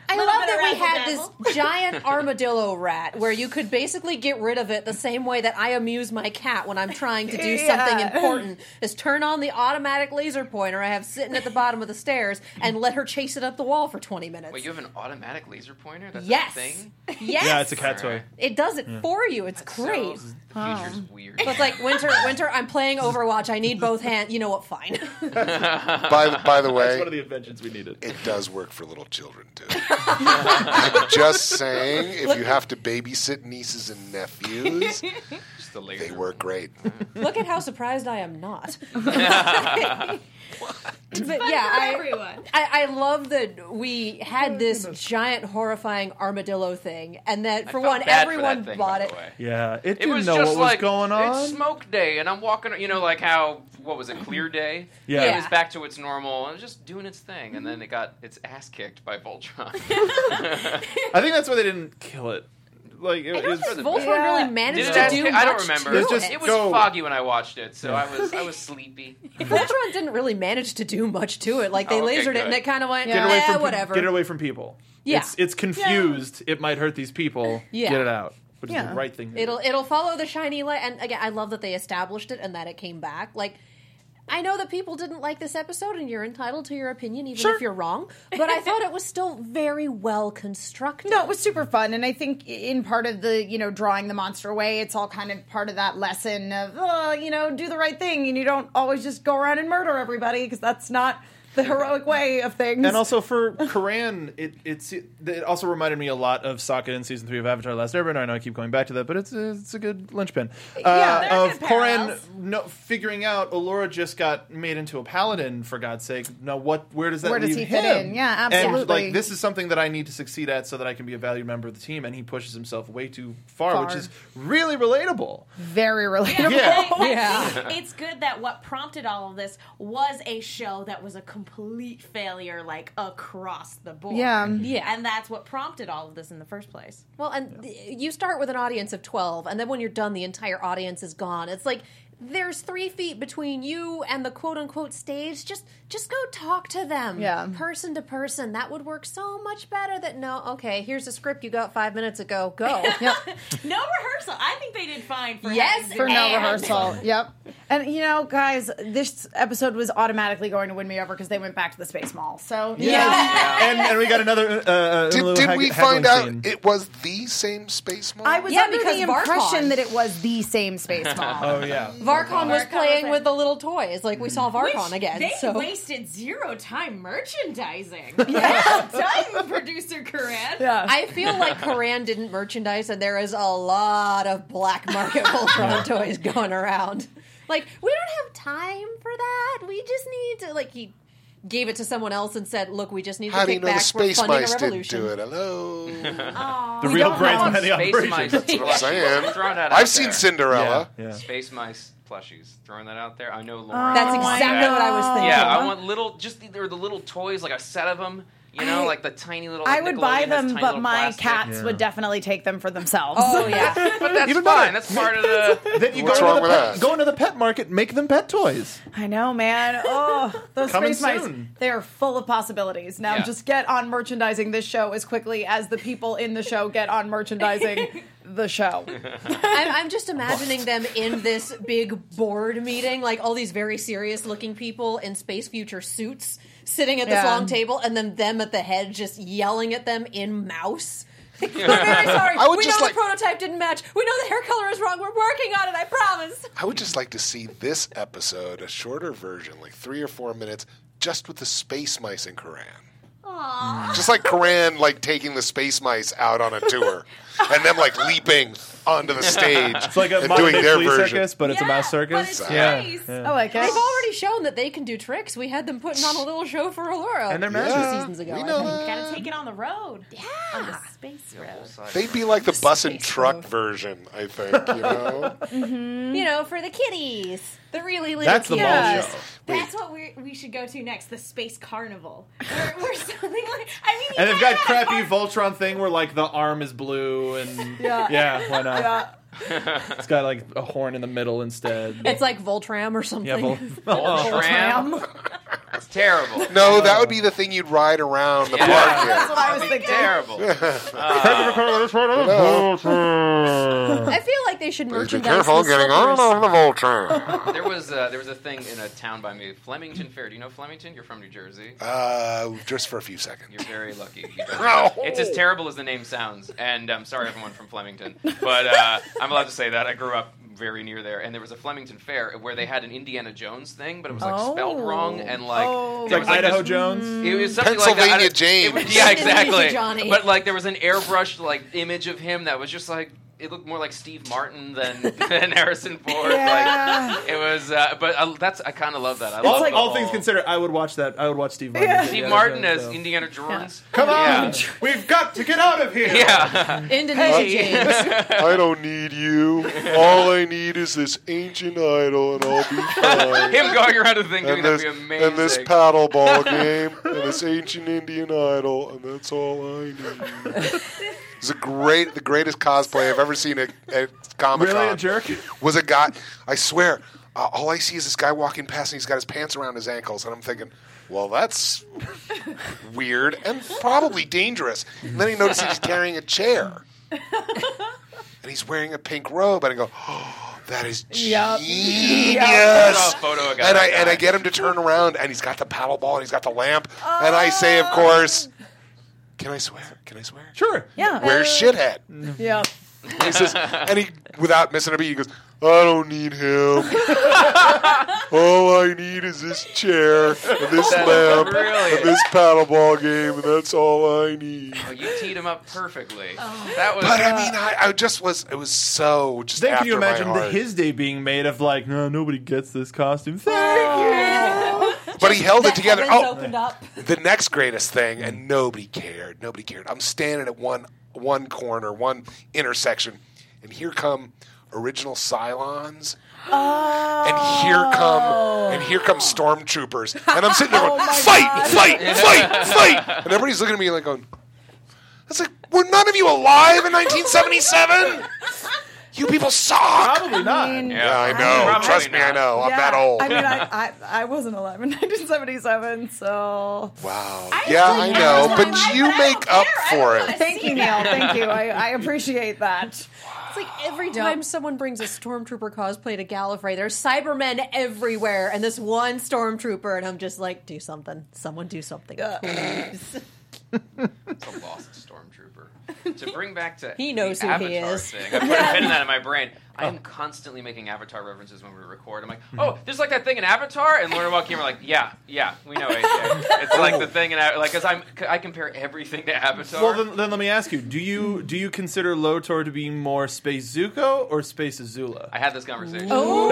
Speaker 1: I
Speaker 7: Little
Speaker 1: love
Speaker 7: bit
Speaker 1: that we
Speaker 7: around the
Speaker 1: had
Speaker 7: devil.
Speaker 1: this giant armadillo rat where you could basically get rid of it the same way that I amuse my cat when I'm trying to do something
Speaker 3: Yeah.
Speaker 1: important is turn on the automatic laser pointer I have sitting at the bottom of the stairs and let her chase it up the wall for 20 minutes.
Speaker 6: Wait, you have an automatic laser pointer? That's
Speaker 1: yes.
Speaker 6: a thing?
Speaker 1: Yes.
Speaker 5: Yeah, it's a cat toy.
Speaker 1: It does it for you. It's great.
Speaker 6: So, the future's weird.
Speaker 1: But it's like winter, winter. I'm playing Overwatch. I need both hands. You know what? Fine.
Speaker 4: By by the
Speaker 5: That's
Speaker 4: way,
Speaker 5: one of the inventions we needed.
Speaker 4: it does work for little children too. I'm just saying, if you have to babysit nieces and nephews,
Speaker 6: Just the laser.
Speaker 4: they work great.
Speaker 1: Look at how surprised I am not. But yeah,
Speaker 7: for
Speaker 1: I,
Speaker 7: everyone.
Speaker 1: I, I love that we had this giant, horrifying armadillo thing, and that for
Speaker 6: Felt
Speaker 1: one,
Speaker 6: bad for that
Speaker 1: everyone
Speaker 6: thing,
Speaker 1: bought
Speaker 6: by
Speaker 1: it.
Speaker 6: the way.
Speaker 5: Yeah, it,
Speaker 6: It
Speaker 5: didn't
Speaker 6: was
Speaker 5: know
Speaker 6: just
Speaker 5: what was
Speaker 6: like
Speaker 5: going on.
Speaker 6: It's smoke day, and I'm walking. You know, like how what was it? Clear day.
Speaker 5: Yeah.
Speaker 6: It was back to its normal. It was just doing its thing, and then it got its ass kicked by Voltron.
Speaker 5: I think that's why they didn't kill it. Like it,
Speaker 1: I don't
Speaker 5: it's
Speaker 1: think
Speaker 6: the
Speaker 1: Voltron
Speaker 6: best.
Speaker 1: really managed
Speaker 6: Did it
Speaker 1: to
Speaker 6: ass
Speaker 1: do
Speaker 6: kick?
Speaker 1: much
Speaker 6: I don't remember.
Speaker 1: to
Speaker 5: It's just-
Speaker 1: it.
Speaker 6: was
Speaker 5: go.
Speaker 6: foggy when I watched it, so I was I was sleepy.
Speaker 1: Voltron didn't really manage to do much to it. Like they
Speaker 6: Oh, okay,
Speaker 1: lasered it, and
Speaker 6: good.
Speaker 1: it kind of went,
Speaker 5: get away
Speaker 1: yeah,
Speaker 5: from pe-
Speaker 1: whatever.
Speaker 5: Get it away from people.
Speaker 1: Yeah.
Speaker 5: It's it's confused. It might hurt these people.
Speaker 1: Yeah.
Speaker 5: Get it out. Which is
Speaker 3: Yeah.
Speaker 5: the right thing. To
Speaker 3: Mm-hmm.
Speaker 1: It'll
Speaker 5: do.
Speaker 1: it'll follow the shiny light. And again, I love that they established it and that it came back. Like. I know that people didn't like this episode, and you're entitled to your opinion, even
Speaker 5: Sure.
Speaker 1: if you're wrong. But I thought it was still very well constructed.
Speaker 3: No, it was super fun, and I think in part of the you know drawing the monster away, it's all kind of part of that lesson of oh, you know do the right thing, and you don't always just go around and murder everybody because that's not the heroic way of things.
Speaker 5: And also for Koran, it it's it also reminded me a lot of Sokka in season three of Avatar: The Last Airbender. I know I keep going back to that, but it's it's a good linchpin. Uh,
Speaker 3: Yeah,
Speaker 7: they're
Speaker 5: of
Speaker 7: good
Speaker 5: Koran
Speaker 7: parallels.
Speaker 5: no, figuring out Allura just got made into a paladin for God's sake. Now what? Where does that
Speaker 3: Where does
Speaker 5: leave
Speaker 3: he fit
Speaker 5: him?
Speaker 3: in? Yeah,
Speaker 5: And
Speaker 3: absolutely.
Speaker 5: like this is something that I need to succeed at so that I can be a valued member of the team. And he pushes himself way too far, which
Speaker 3: Far.
Speaker 5: is really relatable.
Speaker 3: very relatable.
Speaker 5: Yeah.
Speaker 7: I
Speaker 1: Yeah.
Speaker 7: think it's good that what prompted all of this was a show that was a complete failure, like across the board.
Speaker 3: Yeah.
Speaker 1: Yeah.
Speaker 7: and that's what prompted all of this in the first place.
Speaker 1: Well, and th- you start with an audience of 12, and then when you're done, the entire audience is gone. It's like there's three feet between you and the quote unquote stage. Just just go talk to them.
Speaker 3: Yeah.
Speaker 1: Person to person. That would work so much better that no, okay, here's a script you got five minutes ago. Go.
Speaker 7: No rehearsal. I think they did fine for
Speaker 1: Yes,
Speaker 7: having
Speaker 3: for
Speaker 7: zero.
Speaker 3: no
Speaker 1: And-
Speaker 3: rehearsal. Yep. And you know, guys, this episode was automatically going to win me over because they went back to the space mall. So
Speaker 5: and, and we got another. Uh, uh,
Speaker 4: Did,
Speaker 5: little
Speaker 4: did
Speaker 5: hag-
Speaker 4: we
Speaker 5: haggling
Speaker 4: find out
Speaker 5: scene.
Speaker 4: it was the same space mall?
Speaker 3: I was
Speaker 1: Yeah,
Speaker 3: under
Speaker 1: because
Speaker 3: the
Speaker 1: Varkon.
Speaker 3: impression that it was the same space mall.
Speaker 5: oh yeah.
Speaker 1: Varkon was
Speaker 7: Varkon was
Speaker 1: playing
Speaker 7: in.
Speaker 1: with the little toys. Like we saw
Speaker 7: Which
Speaker 1: Varkon again.
Speaker 7: They
Speaker 1: so
Speaker 7: wasted zero time merchandising. well done, producer Coran.
Speaker 3: Yeah.
Speaker 1: I feel like Koran didn't merchandise, and there is a lot of black market Voltron toys going around. Like, we don't have time for that. We just need to, like, he gave it to someone else and said, look, we just need
Speaker 4: How
Speaker 1: to
Speaker 4: do you
Speaker 1: kick
Speaker 4: know the
Speaker 1: back. We're
Speaker 4: space
Speaker 1: funding
Speaker 4: mice
Speaker 1: a
Speaker 4: didn't
Speaker 1: revolution.
Speaker 4: do it? Hello.
Speaker 5: The real
Speaker 1: don't
Speaker 5: brains
Speaker 1: know.
Speaker 5: behind the
Speaker 6: Space mice.
Speaker 5: operation.
Speaker 4: I'm saying.
Speaker 6: Thrown that out
Speaker 4: I've seen
Speaker 6: there.
Speaker 4: Cinderella.
Speaker 5: Yeah, yeah.
Speaker 6: Space mice plushies. Throwing that out there. I know
Speaker 3: Oh,
Speaker 6: Lauren.
Speaker 1: That's
Speaker 6: wants
Speaker 1: exactly
Speaker 6: that.
Speaker 1: what I was thinking.
Speaker 6: Oh Yeah, I want little. Just the- they're the little toys, like a set of them. You know,
Speaker 3: I-
Speaker 6: like the tiny little.
Speaker 3: I
Speaker 6: like,
Speaker 3: would buy
Speaker 6: Nickelodeon has
Speaker 3: them,
Speaker 6: tiny
Speaker 3: but
Speaker 6: little
Speaker 3: my
Speaker 6: plastic.
Speaker 3: cats would definitely take them for themselves.
Speaker 1: Oh, yeah.
Speaker 6: But that's
Speaker 5: Even better.
Speaker 6: fine. That's part of the.
Speaker 5: Then you
Speaker 4: What's
Speaker 5: go,
Speaker 4: wrong
Speaker 5: into the
Speaker 4: with
Speaker 5: pet,
Speaker 4: that?
Speaker 5: go into the pet market, make them pet toys.
Speaker 3: I know, man. Oh, those
Speaker 5: Coming
Speaker 3: space mice,
Speaker 5: soon.
Speaker 3: they are full of possibilities. Now
Speaker 6: Yeah.
Speaker 3: just get on merchandising this show as quickly as the people in the show get on merchandising the show.
Speaker 1: I'm, I'm just imagining them in this big board meeting, like all these very serious looking people in space future suits sitting at this
Speaker 3: Yeah.
Speaker 1: long table, and then them at the head just yelling at them in mouse. I'm very sorry.
Speaker 4: I would
Speaker 1: we
Speaker 4: just
Speaker 1: know
Speaker 4: like-
Speaker 1: the prototype didn't match. We know the hair color is wrong. We're working on it. I promise.
Speaker 4: I would just like to see this episode, a shorter version, like three or four minutes, just with the space mice and Koran. Just like Koran, like taking the space mice out on a tour, and them like leaping onto the stage
Speaker 5: It's like a
Speaker 4: and
Speaker 5: modern
Speaker 4: doing
Speaker 5: day
Speaker 4: their
Speaker 5: flea
Speaker 4: version.
Speaker 5: circus, but it's a
Speaker 7: Yeah,
Speaker 5: mouse
Speaker 7: but
Speaker 5: circus.
Speaker 7: it's
Speaker 5: yeah.
Speaker 7: nice.
Speaker 5: yeah.
Speaker 3: I like it.
Speaker 1: They've already shown that they can do tricks. We had them putting on a little show for Allura
Speaker 5: And they're
Speaker 1: two
Speaker 5: magic.
Speaker 1: seasons ago.
Speaker 4: we
Speaker 1: I
Speaker 4: know
Speaker 1: think.
Speaker 4: that.
Speaker 7: Gotta take it on the road. Yeah. On the space road.
Speaker 4: They'd be like the bus and
Speaker 1: Space
Speaker 4: truck
Speaker 1: road.
Speaker 4: version, I think. You know,
Speaker 1: You know, for the kitties, the really little
Speaker 5: That's the
Speaker 1: kitties.
Speaker 5: mall
Speaker 3: Yes.
Speaker 5: show.
Speaker 7: That's what we we should go to next, the space carnival. We're, we're something like I mean, you
Speaker 5: And they've
Speaker 7: gotta
Speaker 5: got
Speaker 7: have a
Speaker 5: crappy
Speaker 7: car-
Speaker 5: Voltron thing where like the arm is blue and
Speaker 3: Yeah.
Speaker 5: yeah, why not?
Speaker 3: Yeah.
Speaker 5: It's got like a horn in the middle instead.
Speaker 1: It's like Voltram or something.
Speaker 5: yeah, Vol-
Speaker 6: Tram. That's terrible.
Speaker 4: no, that would be the thing you'd ride around the
Speaker 6: Yeah.
Speaker 3: That's what
Speaker 4: park.
Speaker 3: I was thinking.
Speaker 6: Terrible. Uh,
Speaker 1: I feel like they should
Speaker 4: in. Be
Speaker 1: merchandise.
Speaker 4: careful
Speaker 1: the
Speaker 4: getting
Speaker 1: slippers.
Speaker 4: on over the Voltron.
Speaker 6: There was uh, there was a thing in a town by me, Flemington Fair. Do you know Flemington? You're from New Jersey.
Speaker 4: Uh, just for a few seconds.
Speaker 6: You're very lucky. You don't.
Speaker 4: No.
Speaker 6: It's as terrible as the name sounds, and I'm sorry everyone from Flemington, but uh, I'm allowed to say that I grew up very near there, and there was a Flemington Fair where they had an Indiana Jones thing, but it was like spelled
Speaker 3: Oh.
Speaker 6: wrong and like
Speaker 3: Oh.
Speaker 6: there
Speaker 5: Like
Speaker 6: was,
Speaker 5: Idaho
Speaker 6: this-
Speaker 5: Jones.
Speaker 6: It was something like that.
Speaker 4: Pennsylvania
Speaker 6: I don't- it was-
Speaker 4: James.
Speaker 6: yeah,
Speaker 1: Indonesia
Speaker 6: exactly.
Speaker 1: Johnny.
Speaker 6: But like there was an airbrushed like image of him that was just like it looked more like Steve Martin than, than Harrison Ford.
Speaker 3: Yeah.
Speaker 6: Like it was, uh, but I, that's I kind of love that. I
Speaker 5: All,
Speaker 6: love the
Speaker 5: all
Speaker 6: whole-
Speaker 5: things considered, I would watch that. I would watch Steve Martin.
Speaker 3: Yeah.
Speaker 6: Steve
Speaker 5: Yeah,
Speaker 6: Martin
Speaker 5: so-
Speaker 6: as
Speaker 5: so.
Speaker 6: Indiana Jones.
Speaker 5: Come on,
Speaker 6: Yeah.
Speaker 5: we've got to get out of here.
Speaker 6: Yeah.
Speaker 1: Indonesia James.
Speaker 4: I don't need you. All I need is this ancient idol, and I'll be fine.
Speaker 6: Him going around a thing doing
Speaker 4: and
Speaker 6: that would
Speaker 4: this,
Speaker 6: be amazing.
Speaker 4: and this paddle ball game, and this ancient Indian Idol, and that's all I need. It's a great, the greatest cosplay I've ever seen at, at Comic Con.
Speaker 5: Really a jerk?
Speaker 4: Was a guy. I swear, uh, all I see is this guy walking past, and he's got his pants around his ankles, and I'm thinking. Well, that's weird and probably dangerous. And then he notices he's carrying a chair. and he's wearing a pink robe. And I go, oh, that is
Speaker 3: Yup.
Speaker 4: genius.
Speaker 6: I saw a photo of a guy
Speaker 4: And I
Speaker 6: like
Speaker 4: and
Speaker 6: that.
Speaker 4: I get him to turn around, and he's got the paddle ball, and he's got the lamp, and I say,
Speaker 3: Oh.
Speaker 4: of course, can I swear? Can I swear?
Speaker 5: Sure.
Speaker 3: Yeah.
Speaker 4: Where's shithead?
Speaker 3: Yeah.
Speaker 4: He says, and he, without missing a beat, he goes, I don't need him. All I need is this chair and this
Speaker 6: That's
Speaker 4: lamp
Speaker 6: brilliant.
Speaker 4: and this paddle ball game, and that's all I need.
Speaker 6: Oh, you teed him up perfectly.
Speaker 1: Oh.
Speaker 6: That was.
Speaker 4: But I mean, I, I just was, it was so just
Speaker 5: Then
Speaker 4: after
Speaker 5: can you imagine
Speaker 4: my
Speaker 5: the,
Speaker 4: heart.
Speaker 5: his day being made of like, no, nobody gets this costume.
Speaker 4: but he held
Speaker 1: The
Speaker 4: it together.
Speaker 1: heavens
Speaker 4: Oh,
Speaker 1: opened up.
Speaker 4: the next greatest thing, and nobody cared. Nobody cared. I'm standing at one one corner, one intersection, and here come original Cylons. And here come and here come stormtroopers. And I'm sitting there going, fight, fight, fight, fight. And everybody's looking at me like going, That's like, were none of you alive in nineteen seventy seven? You people suck.
Speaker 5: Probably not.
Speaker 6: yeah,
Speaker 4: Yeah, I know.
Speaker 6: Probably
Speaker 4: Trust me,
Speaker 6: not.
Speaker 4: I know. I'm
Speaker 3: Yeah.
Speaker 4: that old.
Speaker 3: I mean, I, I, I wasn't alive in 1977, so
Speaker 4: wow.
Speaker 7: I
Speaker 4: yeah,
Speaker 7: did
Speaker 4: I know.
Speaker 7: not.
Speaker 4: But you
Speaker 7: I don't
Speaker 4: make up
Speaker 7: care. I
Speaker 4: for
Speaker 7: don't
Speaker 4: it.
Speaker 7: wanna
Speaker 3: thank
Speaker 7: see
Speaker 3: you, Neil.
Speaker 7: that.
Speaker 3: Thank you. I, I appreciate that.
Speaker 1: It's like every time someone brings a stormtrooper cosplay to Gallifrey, there's Cybermen everywhere, and this one stormtrooper, and I'm just like, do something, someone do something. please."
Speaker 6: a lost stormtrooper. To bring back to
Speaker 1: He knows
Speaker 6: the
Speaker 1: who he
Speaker 6: Avatar
Speaker 1: is. Oh.
Speaker 6: Thing, I put a pin in that in my brain. I am constantly making Avatar references when we record. I'm like, oh, there's like that thing in Avatar, and Lauren Joaquin are like, yeah, yeah, we know it. yeah." It's like
Speaker 4: Oh.
Speaker 6: the thing in Avatar, like because I'm I compare everything to Avatar.
Speaker 5: Well, then, then let me ask you: Do you do you consider Lotor to be more Space Zuko or Space Azula?
Speaker 6: I had this conversation.
Speaker 4: Oh,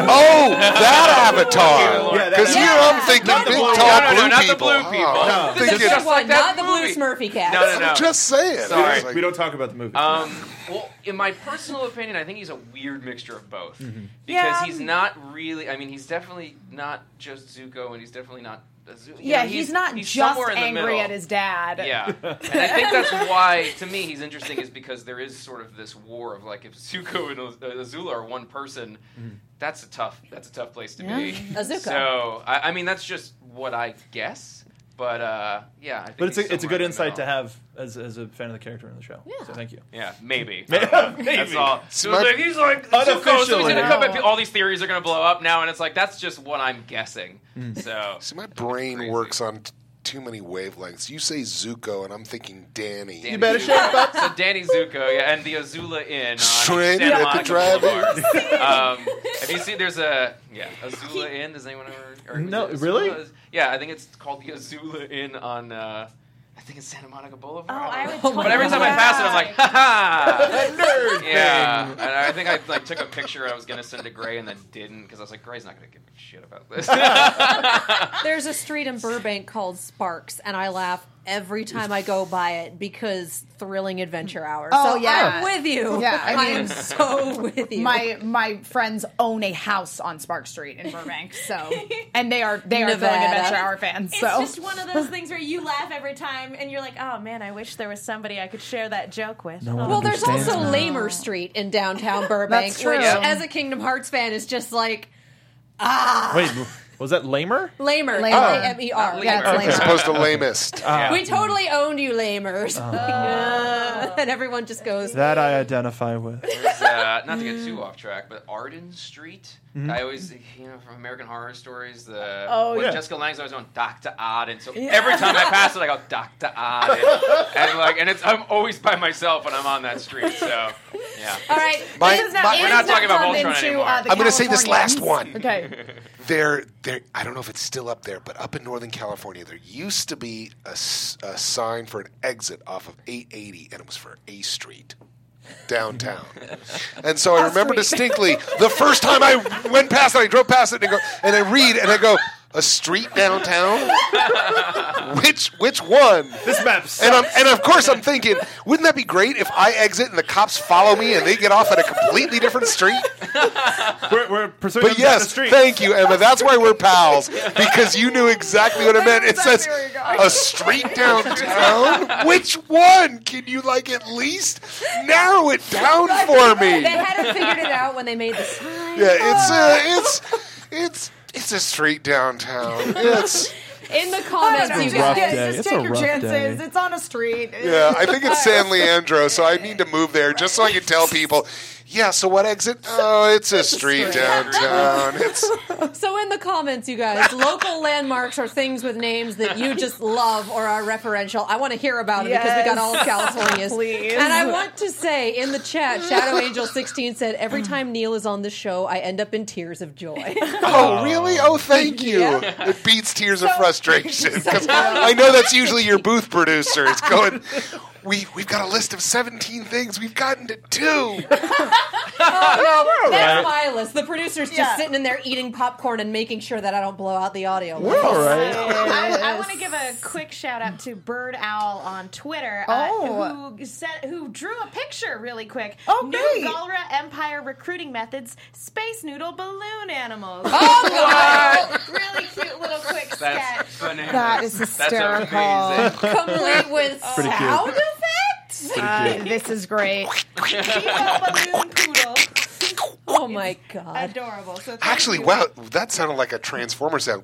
Speaker 4: that avatar.
Speaker 5: Yeah, that
Speaker 4: Because
Speaker 5: avatar.
Speaker 4: here I'm thinking
Speaker 5: Not the
Speaker 4: big,
Speaker 5: blue-
Speaker 4: tall,
Speaker 5: no, no, no,
Speaker 4: blue
Speaker 6: not the
Speaker 4: people.
Speaker 6: blue
Speaker 4: Oh,
Speaker 6: people.
Speaker 4: I'm
Speaker 6: This is
Speaker 4: thinking-
Speaker 6: just like
Speaker 1: not
Speaker 6: that
Speaker 1: the blue
Speaker 6: movie.
Speaker 1: Smurfy cat.
Speaker 6: No, no, no.
Speaker 4: I'm just saying.
Speaker 6: Sorry.
Speaker 4: It's like-
Speaker 5: we don't talk about the movies.
Speaker 6: Um, well, in my personal opinion, I think he's a weird mixture of both
Speaker 5: Mm-hmm.
Speaker 6: because
Speaker 3: Yeah. um,
Speaker 6: he's not really. I mean, he's definitely not just Zuko, and he's definitely not. A Zuko.
Speaker 3: Yeah, he's, not just
Speaker 6: somewhere in the
Speaker 3: angry
Speaker 6: middle.
Speaker 3: at his dad.
Speaker 6: Yeah, and I think that's why, to me, he's interesting is because there is sort of this war of like if Zuko and Az- uh, Azula are one person,
Speaker 5: Mm-hmm.
Speaker 6: that's a tough that's a tough place to be.
Speaker 1: Azuka.
Speaker 6: So I, I mean, that's just what I guess. But uh, yeah, I think
Speaker 5: but it's
Speaker 6: he's
Speaker 5: a, it's a
Speaker 6: somewhere
Speaker 5: good
Speaker 6: in the
Speaker 5: insight to
Speaker 6: middle.
Speaker 5: have as, as a fan of the character in the show.
Speaker 1: Yeah.
Speaker 5: So thank you.
Speaker 6: Yeah, maybe. That's
Speaker 5: Maybe.
Speaker 6: all. So it's
Speaker 4: Smart-
Speaker 6: like, he's like Zuko, so he's
Speaker 5: Unofficially.
Speaker 6: gonna come back. All these theories are gonna blow up now, and it's like that's just what I'm guessing.
Speaker 5: Hmm.
Speaker 6: So
Speaker 4: See, my brain
Speaker 6: Crazy.
Speaker 4: works on t- too many wavelengths. You say Zuko, and I'm thinking Danny.
Speaker 6: Danny
Speaker 5: better
Speaker 6: Zuko.
Speaker 5: shut up.
Speaker 6: So Danny Zuko, yeah, and the Azula Inn on
Speaker 4: Stranded
Speaker 6: Santa
Speaker 4: at the
Speaker 6: Monica
Speaker 4: drive-in.
Speaker 6: Boulevard. um, Have you seen? There's a yeah Azula Inn. Does anyone ever? Or is
Speaker 5: No,
Speaker 6: it Azula?
Speaker 5: really?
Speaker 6: Yeah, I think it's called the Azula Inn on. Uh, I think it's Santa Monica Boulevard.
Speaker 7: Oh, I would.
Speaker 6: But every time I pass it, I'm like, ha ha.
Speaker 5: Nerd
Speaker 6: Yeah, and I think I like took a picture I was gonna send to Gray and then didn't because I was like, Gray's not gonna give a shit about this.
Speaker 1: There's a street in Burbank called Sparks, and I laugh every time I go by it because thrilling adventure hour.
Speaker 3: Oh,
Speaker 1: so
Speaker 3: yeah.
Speaker 1: I'm with you.
Speaker 3: Yeah, I
Speaker 1: I,
Speaker 3: mean-
Speaker 1: am so with you.
Speaker 3: My my friends own a house on Spark Street in Burbank, so and they are they are
Speaker 1: Nevada.
Speaker 3: filling Adventure Hour fans.
Speaker 7: It's
Speaker 3: So
Speaker 7: just one of those things where you laugh every time, and you're like, "Oh man, I wish there was somebody I could share that joke with."
Speaker 5: one
Speaker 1: well, there's
Speaker 5: Understand.
Speaker 1: also Lamer Street in downtown Burbank,
Speaker 3: That's true.
Speaker 1: which,
Speaker 3: Yeah.
Speaker 1: as a Kingdom Hearts fan, is just like
Speaker 5: Wait, was that Lamer?
Speaker 1: Lamer,
Speaker 3: Lamer. Oh,
Speaker 1: L A M E R.
Speaker 6: Not
Speaker 3: yeah, it's
Speaker 6: Okay.
Speaker 3: lame.
Speaker 4: As opposed to lamest.
Speaker 5: Uh,
Speaker 6: Yeah.
Speaker 1: We totally owned you, Lamers. and everyone just goes,
Speaker 5: That I identify with.
Speaker 6: There's, uh, not to get too off track, but Arden Street. I always, you know, from American Horror Stories, the
Speaker 3: Oh,
Speaker 6: when
Speaker 5: yeah.
Speaker 6: Jessica Lange's always on Doctor Arden. So every time I pass it, I go Doctor Arden, and like, and it's I'm always by myself when I'm on that street. So yeah,
Speaker 1: all right.
Speaker 4: My-
Speaker 3: This is not-
Speaker 4: my-
Speaker 3: it
Speaker 4: we're
Speaker 3: is
Speaker 4: not
Speaker 6: talking about
Speaker 3: turned
Speaker 6: Voltron
Speaker 3: into,
Speaker 6: anymore.
Speaker 3: uh, the
Speaker 4: I'm gonna say this last
Speaker 3: Californians.
Speaker 4: one.
Speaker 3: Okay.
Speaker 4: There, there. I don't know if it's still up there, but up in Northern California, there used to be a, s- a sign for an exit off of 880, and it was for A Street downtown. and so I remember distinctly the first time I went past it, I drove past it, and, I go, and I read, and I go, "A street downtown? which which one?"
Speaker 5: This map sucks.
Speaker 4: And I'm, and of course I'm thinking, wouldn't that be great if I exit and the cops follow me and they get off at a completely different street?
Speaker 5: we're, we're pursuing
Speaker 4: But
Speaker 5: them down the
Speaker 4: yes,
Speaker 5: street.
Speaker 4: thank you, Emma. That's why we're pals because you knew exactly what I meant. It says a street downtown. Which one can you like at least narrow it down for me?
Speaker 1: They hadn't figured it out when they made the sign.
Speaker 4: Yeah, it's uh, it's it's it's a street downtown. It's
Speaker 1: In
Speaker 3: Oh,
Speaker 1: the comments,
Speaker 5: know,
Speaker 1: you
Speaker 5: just rough
Speaker 1: guys.
Speaker 5: get- day.
Speaker 3: just
Speaker 5: It's
Speaker 3: take
Speaker 5: a
Speaker 3: your
Speaker 5: rough
Speaker 3: chances.
Speaker 5: day.
Speaker 3: It's on a street.
Speaker 4: yeah. I think it's San Leandro, so I need to move there just so I can tell people. Yeah. So what exit? Oh, it's a street downtown. It's
Speaker 1: So in the comments, you guys, local landmarks are things with names that you just love or are referential. I want to hear about it because we
Speaker 3: Yes.
Speaker 1: got all of California's.
Speaker 3: Please.
Speaker 1: And I want to say in the chat, Shadow Angel 16 said, every time Neil is on the show, I end up in tears of joy.
Speaker 4: Oh, really? Oh, thank you. It beats tears of frustration because I know that's usually your booth producer. It's going. We we've got a list of seventeen things. We've gotten to two.
Speaker 1: That's my list. The producer's just
Speaker 3: Yeah.
Speaker 1: sitting in there eating popcorn and making sure that I don't blow out the audio.
Speaker 5: We're all right.
Speaker 7: I, I want to give a quick shout out to Bird Owl on Twitter, uh,
Speaker 3: Oh.
Speaker 7: who said who drew a picture really quick.
Speaker 3: Oh,
Speaker 7: New
Speaker 3: great.
Speaker 7: Galra Empire recruiting methods: space noodle balloon animals.
Speaker 1: Oh, God.
Speaker 7: really cute little quick sketch.
Speaker 6: that's bananas.
Speaker 3: That is
Speaker 6: That's
Speaker 3: hysterical.
Speaker 6: amazing.
Speaker 1: Complete with
Speaker 5: Pretty cute.
Speaker 1: sound effects?
Speaker 3: Uh, this is great.
Speaker 7: Keep a balloon poodle.
Speaker 1: Oh, my God.
Speaker 7: Adorable. So thank
Speaker 4: Actually,
Speaker 7: you.
Speaker 4: wow, that sounded like a transformer sound.